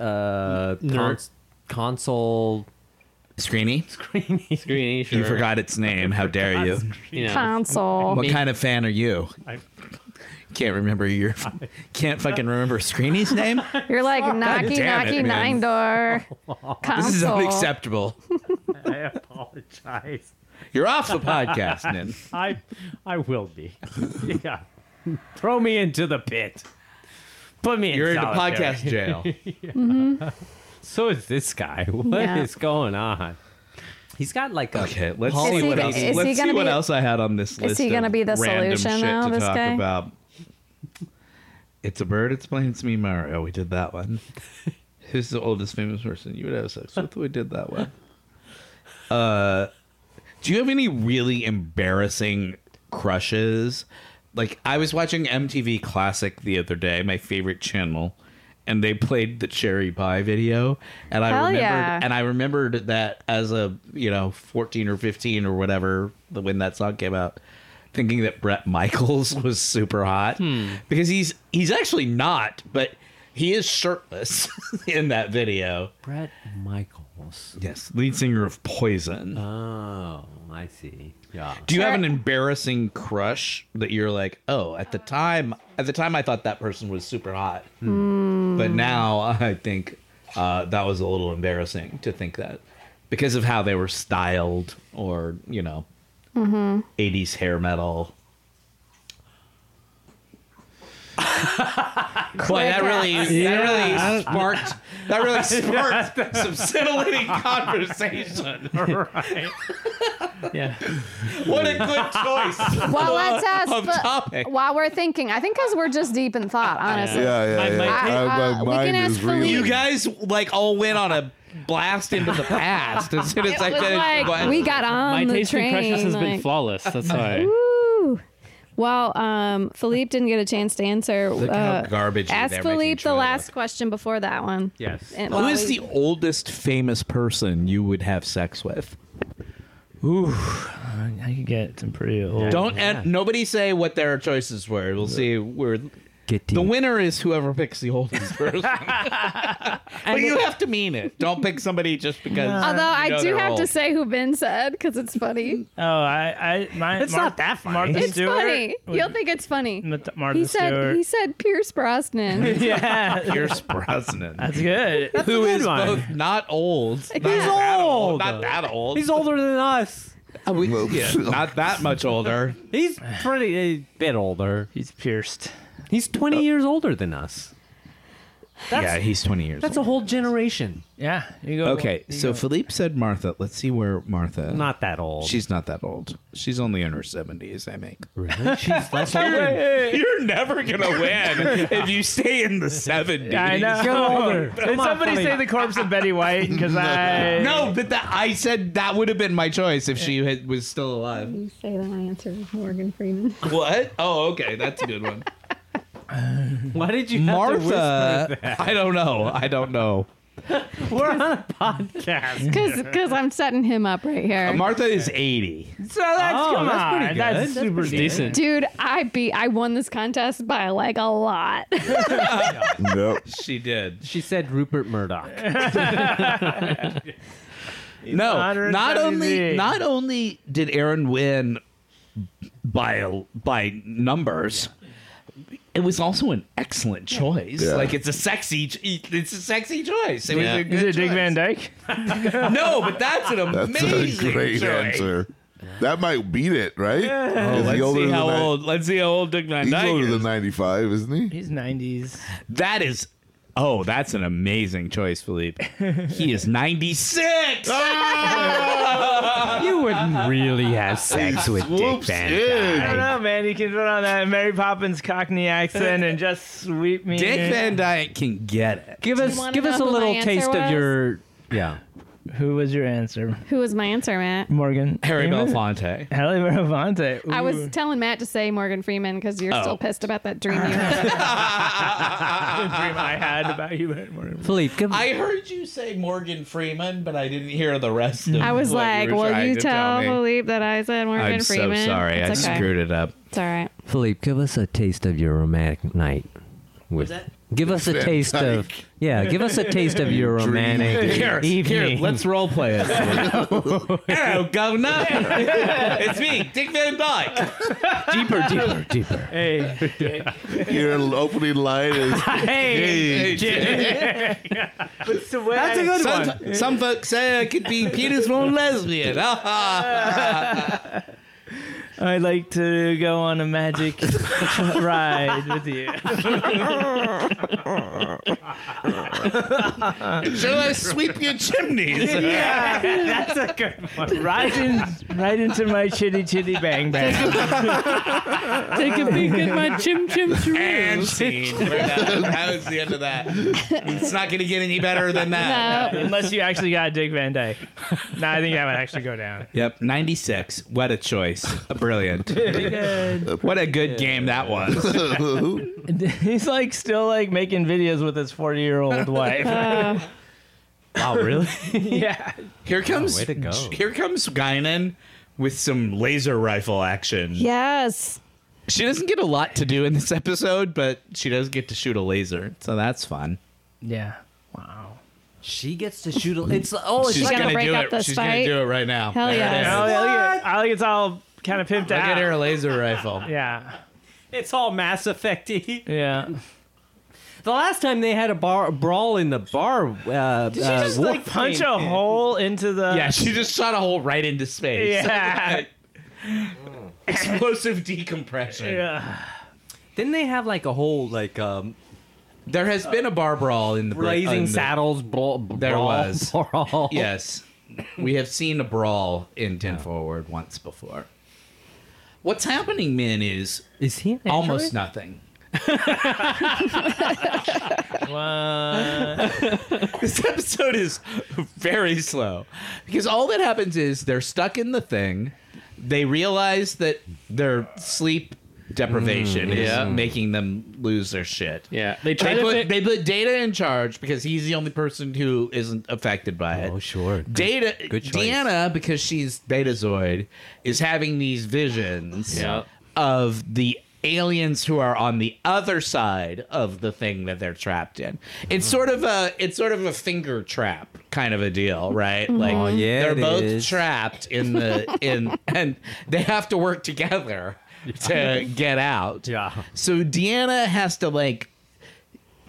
Speaker 5: uh, cons- console
Speaker 3: Screeny,
Speaker 5: screeny?
Speaker 4: Screeny. Sure.
Speaker 3: you forgot its name. How dare you?
Speaker 4: You know.
Speaker 1: Console.
Speaker 3: What kind of fan are you?
Speaker 4: I-
Speaker 3: Can't remember your. Can't fucking remember Screeny's name.
Speaker 1: You're like knocky
Speaker 3: damn it,
Speaker 1: knocky
Speaker 3: man.
Speaker 1: nine door.
Speaker 3: This is
Speaker 1: Console.
Speaker 3: unacceptable.
Speaker 6: I apologize.
Speaker 3: You're off the podcast, Nin.
Speaker 6: I I will be. Yeah. Throw me into the pit. Put me in
Speaker 3: You're in the
Speaker 6: solitary.
Speaker 3: podcast jail.
Speaker 6: So is this guy. What is
Speaker 1: Yeah.
Speaker 6: going on?
Speaker 5: He's got like a
Speaker 3: Okay, let's
Speaker 1: Is
Speaker 3: see
Speaker 1: he
Speaker 3: what
Speaker 1: go-
Speaker 3: else.
Speaker 1: is he
Speaker 3: Let's see
Speaker 1: gonna
Speaker 3: what
Speaker 1: be-
Speaker 3: else I had on this list.
Speaker 1: he gonna
Speaker 3: of
Speaker 1: be the
Speaker 3: random
Speaker 1: solution
Speaker 3: shit
Speaker 1: now,
Speaker 3: to
Speaker 1: this
Speaker 3: talk
Speaker 1: guy?
Speaker 3: About. It's a bird. It's plain. It's me, Mario. We did that one. Who's the oldest famous person you would have sex with? We did that one. Uh, do you have any really embarrassing crushes? Like I was watching MTV Classic the other day, my favorite channel, and they played the Cherry Pie video, and I
Speaker 1: Hell
Speaker 3: remembered
Speaker 1: yeah.
Speaker 3: and I remembered that as a you know fourteen or fifteen or whatever the when that song came out, thinking that Brett Michaels was super hot
Speaker 1: Hmm.
Speaker 3: because he's he's actually not, but he is shirtless in that video.
Speaker 5: Brett Michaels.
Speaker 3: Yes, lead singer of Poison.
Speaker 5: Oh, I see. Yeah.
Speaker 3: Do you have an
Speaker 1: Sure.
Speaker 3: embarrassing crush that you're like, oh, at the time, at the time I thought that person was super hot, Hmm. but now I think uh, that was a little embarrassing to think that because of how they were styled or you know,
Speaker 1: Mm-hmm.
Speaker 3: 80s hair metal. Boy, that really, that really sparked, that really sparked some scintillating conversation.
Speaker 6: right.
Speaker 4: Yeah.
Speaker 3: What a good choice.
Speaker 1: Well, let's ask.
Speaker 3: of
Speaker 1: but
Speaker 3: topic.
Speaker 1: While we're thinking, I think because we're just deep in thought, honestly.
Speaker 2: Yeah, yeah, yeah.
Speaker 4: might
Speaker 1: take-
Speaker 2: I-
Speaker 1: Uh, we can ask Philippe.
Speaker 2: reeling.
Speaker 3: You guys like all went on a blast into the past as soon as I
Speaker 1: It was
Speaker 3: finished.
Speaker 1: like
Speaker 3: but-
Speaker 1: we got
Speaker 4: My
Speaker 1: on the
Speaker 4: taste in
Speaker 1: train.
Speaker 4: crushes has been
Speaker 1: like-
Speaker 4: flawless. That's why.
Speaker 1: Woo. Well, um, Philippe didn't get a chance to answer. uh,
Speaker 3: Look how garbagey
Speaker 1: Ask
Speaker 3: they're making
Speaker 1: Philippe
Speaker 3: Troy
Speaker 1: the last
Speaker 3: look.
Speaker 1: question before that one.
Speaker 6: Yes.
Speaker 1: And
Speaker 3: Who
Speaker 1: while
Speaker 3: is
Speaker 1: we-
Speaker 3: the oldest famous person you would have sex with?
Speaker 7: I could get some pretty old.
Speaker 3: Don't and nobody say what their choices were. We'll see. We're
Speaker 5: Get
Speaker 3: the winner is whoever picks the oldest person. but you have to mean it. Don't pick somebody just because.
Speaker 1: Although
Speaker 3: you know
Speaker 1: I do
Speaker 3: they're
Speaker 1: have to
Speaker 3: old.
Speaker 1: say who Ben said because it's funny.
Speaker 7: Oh, I, I, my,
Speaker 6: It's
Speaker 7: Mar-
Speaker 6: not that funny.
Speaker 7: Martha
Speaker 1: It's
Speaker 7: Stewart.
Speaker 1: funny. You'll think it's funny.
Speaker 7: Martha, Martha
Speaker 1: He said
Speaker 7: Stewart.
Speaker 1: he said Pierce Brosnan.
Speaker 7: yeah,
Speaker 3: Pierce Brosnan,
Speaker 7: that's good.
Speaker 3: who
Speaker 6: good
Speaker 3: is
Speaker 6: one.
Speaker 3: both not old. He's not That old.
Speaker 6: old.
Speaker 3: Not that old.
Speaker 6: He's older than us.
Speaker 3: Uh, we- yeah, not that much older.
Speaker 5: He's pretty a bit older.
Speaker 7: He's pierced.
Speaker 5: He's 20 years older than us.
Speaker 3: yeah, he's 20 years
Speaker 5: That's a whole generation.
Speaker 7: Yeah, you go.
Speaker 3: Okay,
Speaker 7: you
Speaker 3: so
Speaker 7: go.
Speaker 3: Philippe said Martha. Let's see where Martha.
Speaker 5: Not that old.
Speaker 3: She's not that old. She's only in her 70s, I think.
Speaker 5: really? She's less older.
Speaker 3: You're never going to win if you stay in the 70s.
Speaker 7: I know.
Speaker 5: Get older.
Speaker 7: Did somebody say the corpse of Betty White? Because I
Speaker 3: No, but that I said that would have been my choice if she had, was still alive.
Speaker 1: you say that I answered Morgan Freeman.
Speaker 3: What? Oh, okay. That's a good one.
Speaker 6: Why did you have to whisper
Speaker 3: Martha, I don't know. I don't know.
Speaker 6: that? We're on a podcast.
Speaker 1: Because I'm setting him up right here.
Speaker 3: Uh, Martha is 80.
Speaker 7: So that's
Speaker 6: Oh,
Speaker 7: come
Speaker 6: that's
Speaker 7: on.
Speaker 6: pretty good.
Speaker 7: That's,
Speaker 6: That's
Speaker 7: super
Speaker 6: pretty
Speaker 4: Decent.
Speaker 7: decent.
Speaker 1: Dude, I beat. I won this contest by like a lot.
Speaker 2: Nope.
Speaker 3: She did.
Speaker 6: she said Rupert Murdoch.
Speaker 3: No, not only
Speaker 7: 178.
Speaker 3: not only did Aaron win by by numbers, it was also an excellent choice.
Speaker 2: Yeah.
Speaker 3: Like it's a sexy, ch- it's a sexy choice. It was
Speaker 4: Yeah.
Speaker 3: a
Speaker 4: Is
Speaker 3: good
Speaker 7: Is it Dick
Speaker 3: choice.
Speaker 7: Van Dyke?
Speaker 3: No, but that's an
Speaker 2: That's
Speaker 3: amazing
Speaker 2: a great
Speaker 3: choice.
Speaker 2: answer. That might beat it, right? Is he
Speaker 3: Oh, Let's
Speaker 2: older
Speaker 3: see
Speaker 2: than
Speaker 3: how
Speaker 2: ni-
Speaker 3: old. Let's see how old Dick Van
Speaker 2: He's
Speaker 3: Dyke
Speaker 2: older
Speaker 3: is.
Speaker 2: than 95, isn't he?
Speaker 7: He's 90s.
Speaker 3: That is. Oh, that's an amazing choice, Philippe. He is 96.
Speaker 6: you wouldn't really have sex with Dick
Speaker 2: Whoops,
Speaker 6: Van.
Speaker 2: yeah.
Speaker 7: I don't know, man. You can put on that Mary Poppins Cockney accent and just sweep me.
Speaker 3: Dick
Speaker 7: in.
Speaker 3: Van Dyke can get it.
Speaker 6: Give us
Speaker 1: wanna
Speaker 6: give us
Speaker 1: know
Speaker 6: a
Speaker 1: who my
Speaker 6: little
Speaker 1: answer
Speaker 6: taste of
Speaker 1: was?
Speaker 6: your yeah.
Speaker 7: Who was your answer,
Speaker 1: Who was my answer, Matt?
Speaker 7: Morgan?
Speaker 3: Harry
Speaker 7: Freeman?
Speaker 3: Belafonte.
Speaker 7: Halle Belafonte.
Speaker 1: I was
Speaker 7: Ooh.
Speaker 1: telling Matt to say Morgan Freeman because you're
Speaker 3: Oh.
Speaker 1: still pissed about that dream you had.
Speaker 7: The dream I had about you, and Morgan.
Speaker 6: Philippe, give,
Speaker 3: I heard you say Morgan Freeman, but I didn't hear the rest of
Speaker 1: I was
Speaker 3: what
Speaker 1: like,
Speaker 3: you were
Speaker 1: "Will
Speaker 3: trying
Speaker 1: you
Speaker 3: to
Speaker 1: tell
Speaker 3: me.
Speaker 1: Philippe that I said Morgan
Speaker 3: I'm
Speaker 1: Freeman?"
Speaker 3: so sorry.
Speaker 1: It's
Speaker 3: I
Speaker 1: okay.
Speaker 3: screwed it up.
Speaker 1: It's all right.
Speaker 5: Philippe, give us a taste of your romantic night. With give us a
Speaker 2: Van
Speaker 5: taste of
Speaker 2: Dyke.
Speaker 5: yeah, give us a taste of your romantic
Speaker 3: Here,
Speaker 5: evening.
Speaker 3: here, let's role play it. Hello, governor. it's me, Dick Van Dyke.
Speaker 5: deeper, deeper, deeper.
Speaker 7: Hey,
Speaker 2: Your opening line is
Speaker 7: hey, What's the way That's a good
Speaker 3: Some, some folks say I could be Peter Swan lesbian. Ah,
Speaker 7: I'd like to go on a magic ride with you.
Speaker 3: Shall I sweep your chimneys?
Speaker 7: Yeah, that's a good one. Right, in, right into my chitty chitty bang bang.
Speaker 4: Take a peek at my chim chim
Speaker 3: and scene. That was the end of that. It's not going to get any better than that.
Speaker 1: No,
Speaker 7: Unless you actually got Dick Van Dyke. No, I think that would actually go down.
Speaker 3: Yep, 96. What a choice. Brilliant. what a good game that was.
Speaker 7: He's like still like making videos with his 40 year old wife.
Speaker 1: uh,
Speaker 6: wow, really?
Speaker 7: yeah.
Speaker 3: Here comes
Speaker 6: way to go.
Speaker 3: Here comes Guinan with some laser rifle action.
Speaker 1: yes.
Speaker 3: She doesn't get a lot to do in this episode, but she does get to shoot a laser. So that's fun.
Speaker 7: Yeah. Wow.
Speaker 5: She gets to shoot. A, it's oh, it's
Speaker 1: She's
Speaker 5: like
Speaker 1: gonna
Speaker 3: gonna
Speaker 1: break
Speaker 3: do
Speaker 1: up
Speaker 3: it.
Speaker 1: this
Speaker 3: She's
Speaker 1: fight.
Speaker 3: gonna do it right now.
Speaker 1: Hell
Speaker 3: There it
Speaker 1: yes.
Speaker 3: is.
Speaker 7: I
Speaker 1: What?
Speaker 7: like, it- I like it's all kind of pimped
Speaker 3: Look
Speaker 7: out.
Speaker 3: at her laser rifle.
Speaker 7: Yeah.
Speaker 6: it's all Mass Effecty.
Speaker 7: Yeah.
Speaker 6: The last time they had a bar brawl in the bar, uh, Did uh,
Speaker 7: Just like punch a hole into the.
Speaker 3: Yeah, she just shot a hole right into space.
Speaker 7: Yeah.
Speaker 3: Explosive decompression.
Speaker 7: Yeah.
Speaker 6: Didn't they have like a whole like um,
Speaker 3: There has been a bar brawl in the
Speaker 6: blazing
Speaker 3: in the-
Speaker 6: saddles brawl?
Speaker 3: uh, There
Speaker 6: brawl,
Speaker 3: was.
Speaker 6: brawl.
Speaker 3: Yes, we have seen a brawl in Ten Forward once before. What's happening, Min, is
Speaker 6: Is he an android?
Speaker 3: almost nothing.
Speaker 7: What?
Speaker 3: This episode is very slow because all that happens is they're stuck in the thing. They realize that their sleep deprivation is
Speaker 4: Mm, yeah.
Speaker 3: making them lose their shit.
Speaker 4: Yeah, they try
Speaker 3: They
Speaker 4: to
Speaker 3: put,
Speaker 4: fix-
Speaker 3: they put Data in charge because he's the only person who isn't affected by it.
Speaker 5: Oh sure.
Speaker 3: Data,
Speaker 5: good choice.
Speaker 3: Deanna, because she's Betazoid, is having these visions
Speaker 4: Yeah.
Speaker 3: of the aliens who are on the other side of the thing that they're trapped in. It's
Speaker 5: Mm.
Speaker 3: sort of a it's sort of a finger trap kind of a deal, right?
Speaker 4: Mm-hmm.
Speaker 3: Like
Speaker 5: Oh, yeah,
Speaker 3: they're
Speaker 5: it
Speaker 3: both
Speaker 5: is.
Speaker 3: trapped in the in and they have to work together to get out.
Speaker 6: Yeah.
Speaker 3: So Deanna has to like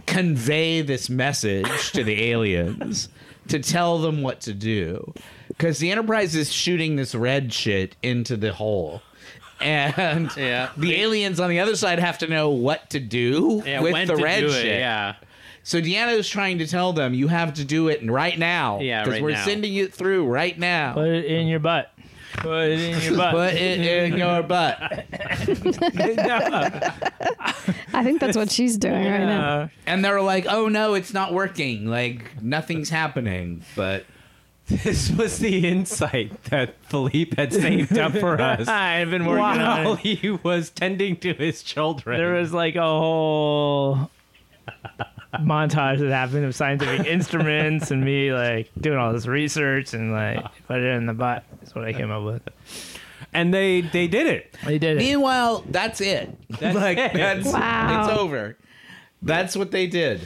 Speaker 3: convey this message to the aliens to tell them what to do because the enterprise is shooting this red shit into the hole and
Speaker 4: Yeah.
Speaker 3: the aliens on the other side have to know what to do
Speaker 4: Yeah,
Speaker 3: with
Speaker 4: when
Speaker 3: the
Speaker 4: to
Speaker 3: red
Speaker 4: do it,
Speaker 3: shit
Speaker 4: Yeah,
Speaker 3: so deanna is trying to tell them you have to do it and right now
Speaker 4: Yeah, right
Speaker 3: we're
Speaker 4: now.
Speaker 3: sending it through right now
Speaker 7: Put it in your butt. Put it in your butt.
Speaker 3: Put it in your butt.
Speaker 1: I think that's what she's doing right now.
Speaker 7: Uh,
Speaker 3: And they're like, oh no, it's not working. Like, nothing's happening. But
Speaker 6: This was the insight that Philippe had saved up for us
Speaker 7: I've been working on
Speaker 6: while
Speaker 7: it.
Speaker 6: he was tending to his children.
Speaker 7: There was like a whole montage that happened of scientific instruments and me like doing all this research and like put it in the butt. That's what I came up with.
Speaker 6: and they they did it.
Speaker 7: They did it.
Speaker 3: Meanwhile, that's it. like
Speaker 6: it.
Speaker 3: that's
Speaker 1: Wow.
Speaker 3: it's over. That's what they did.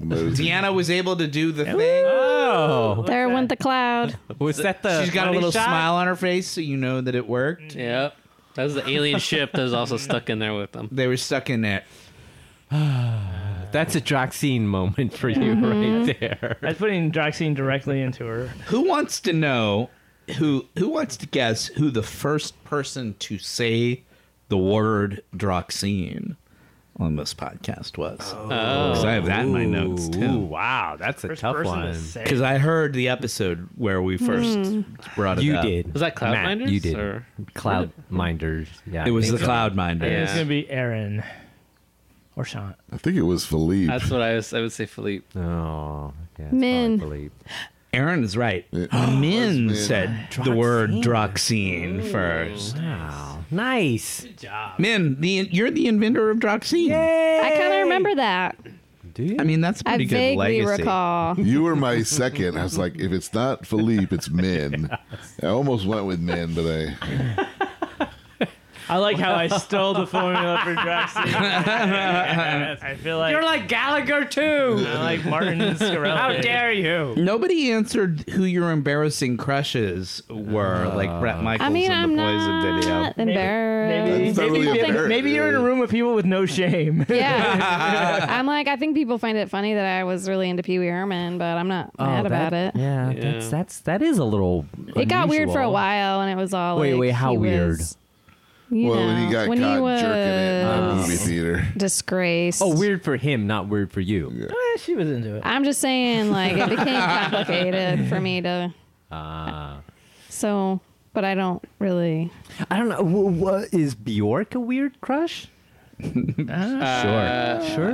Speaker 2: Amazing.
Speaker 3: Deanna was able to do the thing.
Speaker 6: Oh,
Speaker 1: There went the cloud.
Speaker 6: was that the?
Speaker 3: She's got a
Speaker 6: money
Speaker 3: little
Speaker 6: shot?
Speaker 3: smile on her face, so you know that it worked.
Speaker 4: Yep. That was the alien ship that was also stuck in there with them.
Speaker 3: They were stuck in it.
Speaker 6: That's a Droxine moment for you right there.
Speaker 7: I was putting Droxine directly into her.
Speaker 3: Who wants to know? Who who wants to guess who the first person to say the word droxine on this podcast was?
Speaker 5: Oh.
Speaker 3: Because I have that in my notes
Speaker 6: Ooh,
Speaker 3: too.
Speaker 6: wow, that's a
Speaker 7: First
Speaker 6: tough
Speaker 7: person to
Speaker 6: one.
Speaker 7: say.
Speaker 3: Because I heard the episode where we first brought it
Speaker 5: You
Speaker 3: up.
Speaker 5: did.
Speaker 4: Was that Cloudminders?
Speaker 5: Matt, you did.
Speaker 4: or-
Speaker 5: Cloud minders. Yeah.
Speaker 3: It
Speaker 5: I
Speaker 3: was the
Speaker 5: think so.
Speaker 3: cloud minder.
Speaker 7: It's
Speaker 4: Yeah.
Speaker 7: gonna be Aaron or Sean.
Speaker 2: I think it was Philippe.
Speaker 4: That's what I was. I would say Philippe.
Speaker 5: Oh, yeah. it's
Speaker 1: Min.
Speaker 5: probably-
Speaker 3: Aaron is right.
Speaker 2: It
Speaker 3: Min
Speaker 2: was Min.
Speaker 3: said the word droxine first.
Speaker 5: Wow. Nice.
Speaker 3: Min, the, you're the inventor of droxine.
Speaker 1: I kind of remember that.
Speaker 5: Do you?
Speaker 3: I mean, that's a
Speaker 1: I
Speaker 3: pretty good
Speaker 1: vaguely
Speaker 3: legacy.
Speaker 1: recall.
Speaker 2: You were my second. I was like, if it's not Philippe, it's Min. I almost went with Min, but I.
Speaker 7: I like how I stole the formula for Droxine. I feel like
Speaker 6: You're like Gallagher too.
Speaker 7: I like Martin and Scarelli.
Speaker 6: How dare you?
Speaker 3: Nobody answered who your embarrassing crushes were, like Brett Michaels
Speaker 1: I mean,
Speaker 3: in
Speaker 1: I'm
Speaker 3: the Poison video.
Speaker 1: not embarrassed.
Speaker 7: Maybe,
Speaker 2: That's not
Speaker 7: maybe,
Speaker 2: really
Speaker 7: people think,
Speaker 2: embarrassing.
Speaker 7: maybe you're in a room with people with no shame.
Speaker 1: Yeah. I'm like, I think people find it funny that I was really into Pee Wee Herman, but I'm not
Speaker 3: Oh,
Speaker 1: mad about
Speaker 5: Oh, that-
Speaker 1: it.
Speaker 5: Yeah,
Speaker 4: Yeah.
Speaker 5: That's, that's that is a little.
Speaker 1: It got weird for a
Speaker 5: unusual.
Speaker 1: while, and it was all
Speaker 5: Wait,
Speaker 1: like,
Speaker 5: wait, how
Speaker 1: he
Speaker 5: weird?
Speaker 1: was, you
Speaker 2: well, when
Speaker 1: know,
Speaker 2: he got
Speaker 1: when
Speaker 2: caught
Speaker 1: he was
Speaker 2: jerking it in
Speaker 3: Oh.
Speaker 2: the movie theater.
Speaker 1: disgraced.
Speaker 5: Oh, weird for him, not weird for you.
Speaker 7: Eh, she was into it.
Speaker 1: I'm just saying, like, it became complicated for me to.
Speaker 3: Ah.
Speaker 1: So, but I don't really.
Speaker 5: I don't know. wha- wha- Is Bjork a weird crush? sure. Sure. Yeah.
Speaker 1: I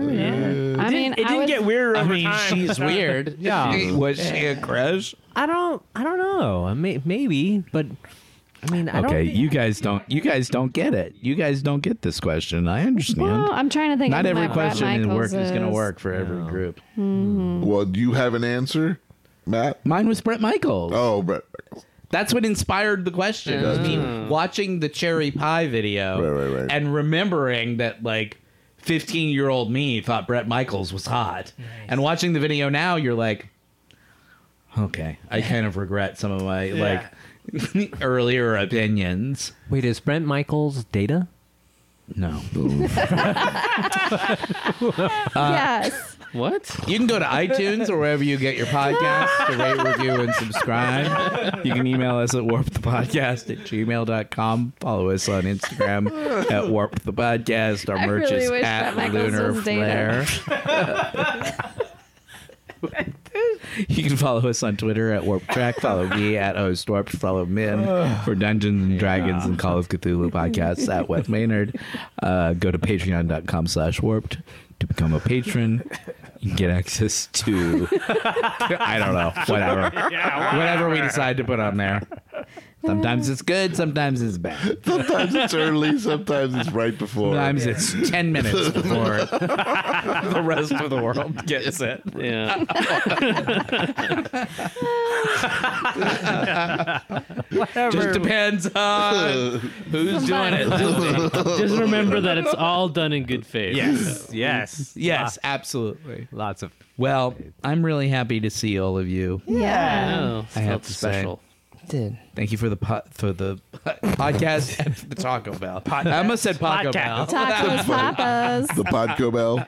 Speaker 1: mean,
Speaker 7: it didn't
Speaker 1: I was,
Speaker 7: get weirder
Speaker 3: I
Speaker 7: over
Speaker 3: mean,
Speaker 7: time.
Speaker 3: she's weird.
Speaker 5: Yeah.
Speaker 3: Was she a crush?
Speaker 5: I don't. I don't know. I may, maybe, but I mean, I don't. think-
Speaker 3: guys don't. You guys don't get it. You guys don't get this question. I understand.
Speaker 1: Well, I'm trying to think.
Speaker 3: Not
Speaker 1: of
Speaker 3: every
Speaker 1: my Bret
Speaker 3: question in work
Speaker 1: Michaels
Speaker 3: is going to
Speaker 1: is.
Speaker 3: work for every group.
Speaker 2: Well, do you have an answer, Matt?
Speaker 3: Mine was Brett Michaels.
Speaker 2: Oh, but
Speaker 3: That's what inspired the question. was me watching the cherry pie video
Speaker 2: Right, right, right.
Speaker 3: and remembering that like 15 year old me thought Brett Michaels was hot. And watching the video now, you're like, okay, I kind of regret some of my
Speaker 7: Yeah.
Speaker 3: like earlier opinions.
Speaker 5: Wait, is Brent Michaels Data?
Speaker 3: No. Uh,
Speaker 1: yes.
Speaker 4: What?
Speaker 3: You can go to iTunes or wherever you get your podcasts to rate, review, and subscribe. You can email us at warpthepodcast at gmail.com. Follow us on Instagram at warpthepodcast. Our
Speaker 1: I
Speaker 3: merch
Speaker 1: really
Speaker 3: is
Speaker 1: wish
Speaker 3: at
Speaker 1: that Michael's
Speaker 3: lunar
Speaker 1: was dating.
Speaker 3: flare. you can follow us on Twitter at warp track. Follow me at host warped. Follow Min for Dungeons and Dragons and Call of Cthulhu podcasts at Wes Maynard. Uh, go to patreon.com slash warped to become a patron. You can get access to I don't know, whatever, whatever we decide to put on there. Sometimes it's good, sometimes it's bad.
Speaker 2: sometimes it's early, sometimes it's right before.
Speaker 3: Sometimes it's ten minutes before the rest of the world gets it.
Speaker 4: Yeah.
Speaker 3: Just depends on who's doing it.
Speaker 4: Just remember that it's all done in good faith.
Speaker 6: Yes, yes,
Speaker 3: Yes, absolutely.
Speaker 5: Lots of.
Speaker 3: Well, I'm really happy to see all of you.
Speaker 1: Yeah.
Speaker 4: Oh,
Speaker 3: I have to say.
Speaker 4: special.
Speaker 7: Did.
Speaker 3: Thank you for the po- for the podcast and for the Taco Bell. I almost said Paco Bell.
Speaker 1: Tacos, papas.
Speaker 2: the Podco Bell.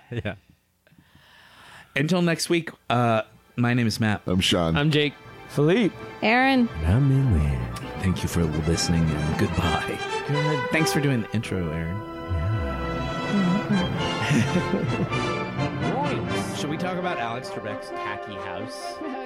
Speaker 3: Until next week, uh, my name is Matt.
Speaker 2: I'm Sean.
Speaker 4: I'm Jake.
Speaker 7: Philippe.
Speaker 1: Aaron.
Speaker 5: I'm in there.
Speaker 3: Thank you for listening and goodbye. Thanks for doing the intro, Aaron. Should we talk about Alex Trebek's tacky house?
Speaker 1: Oh,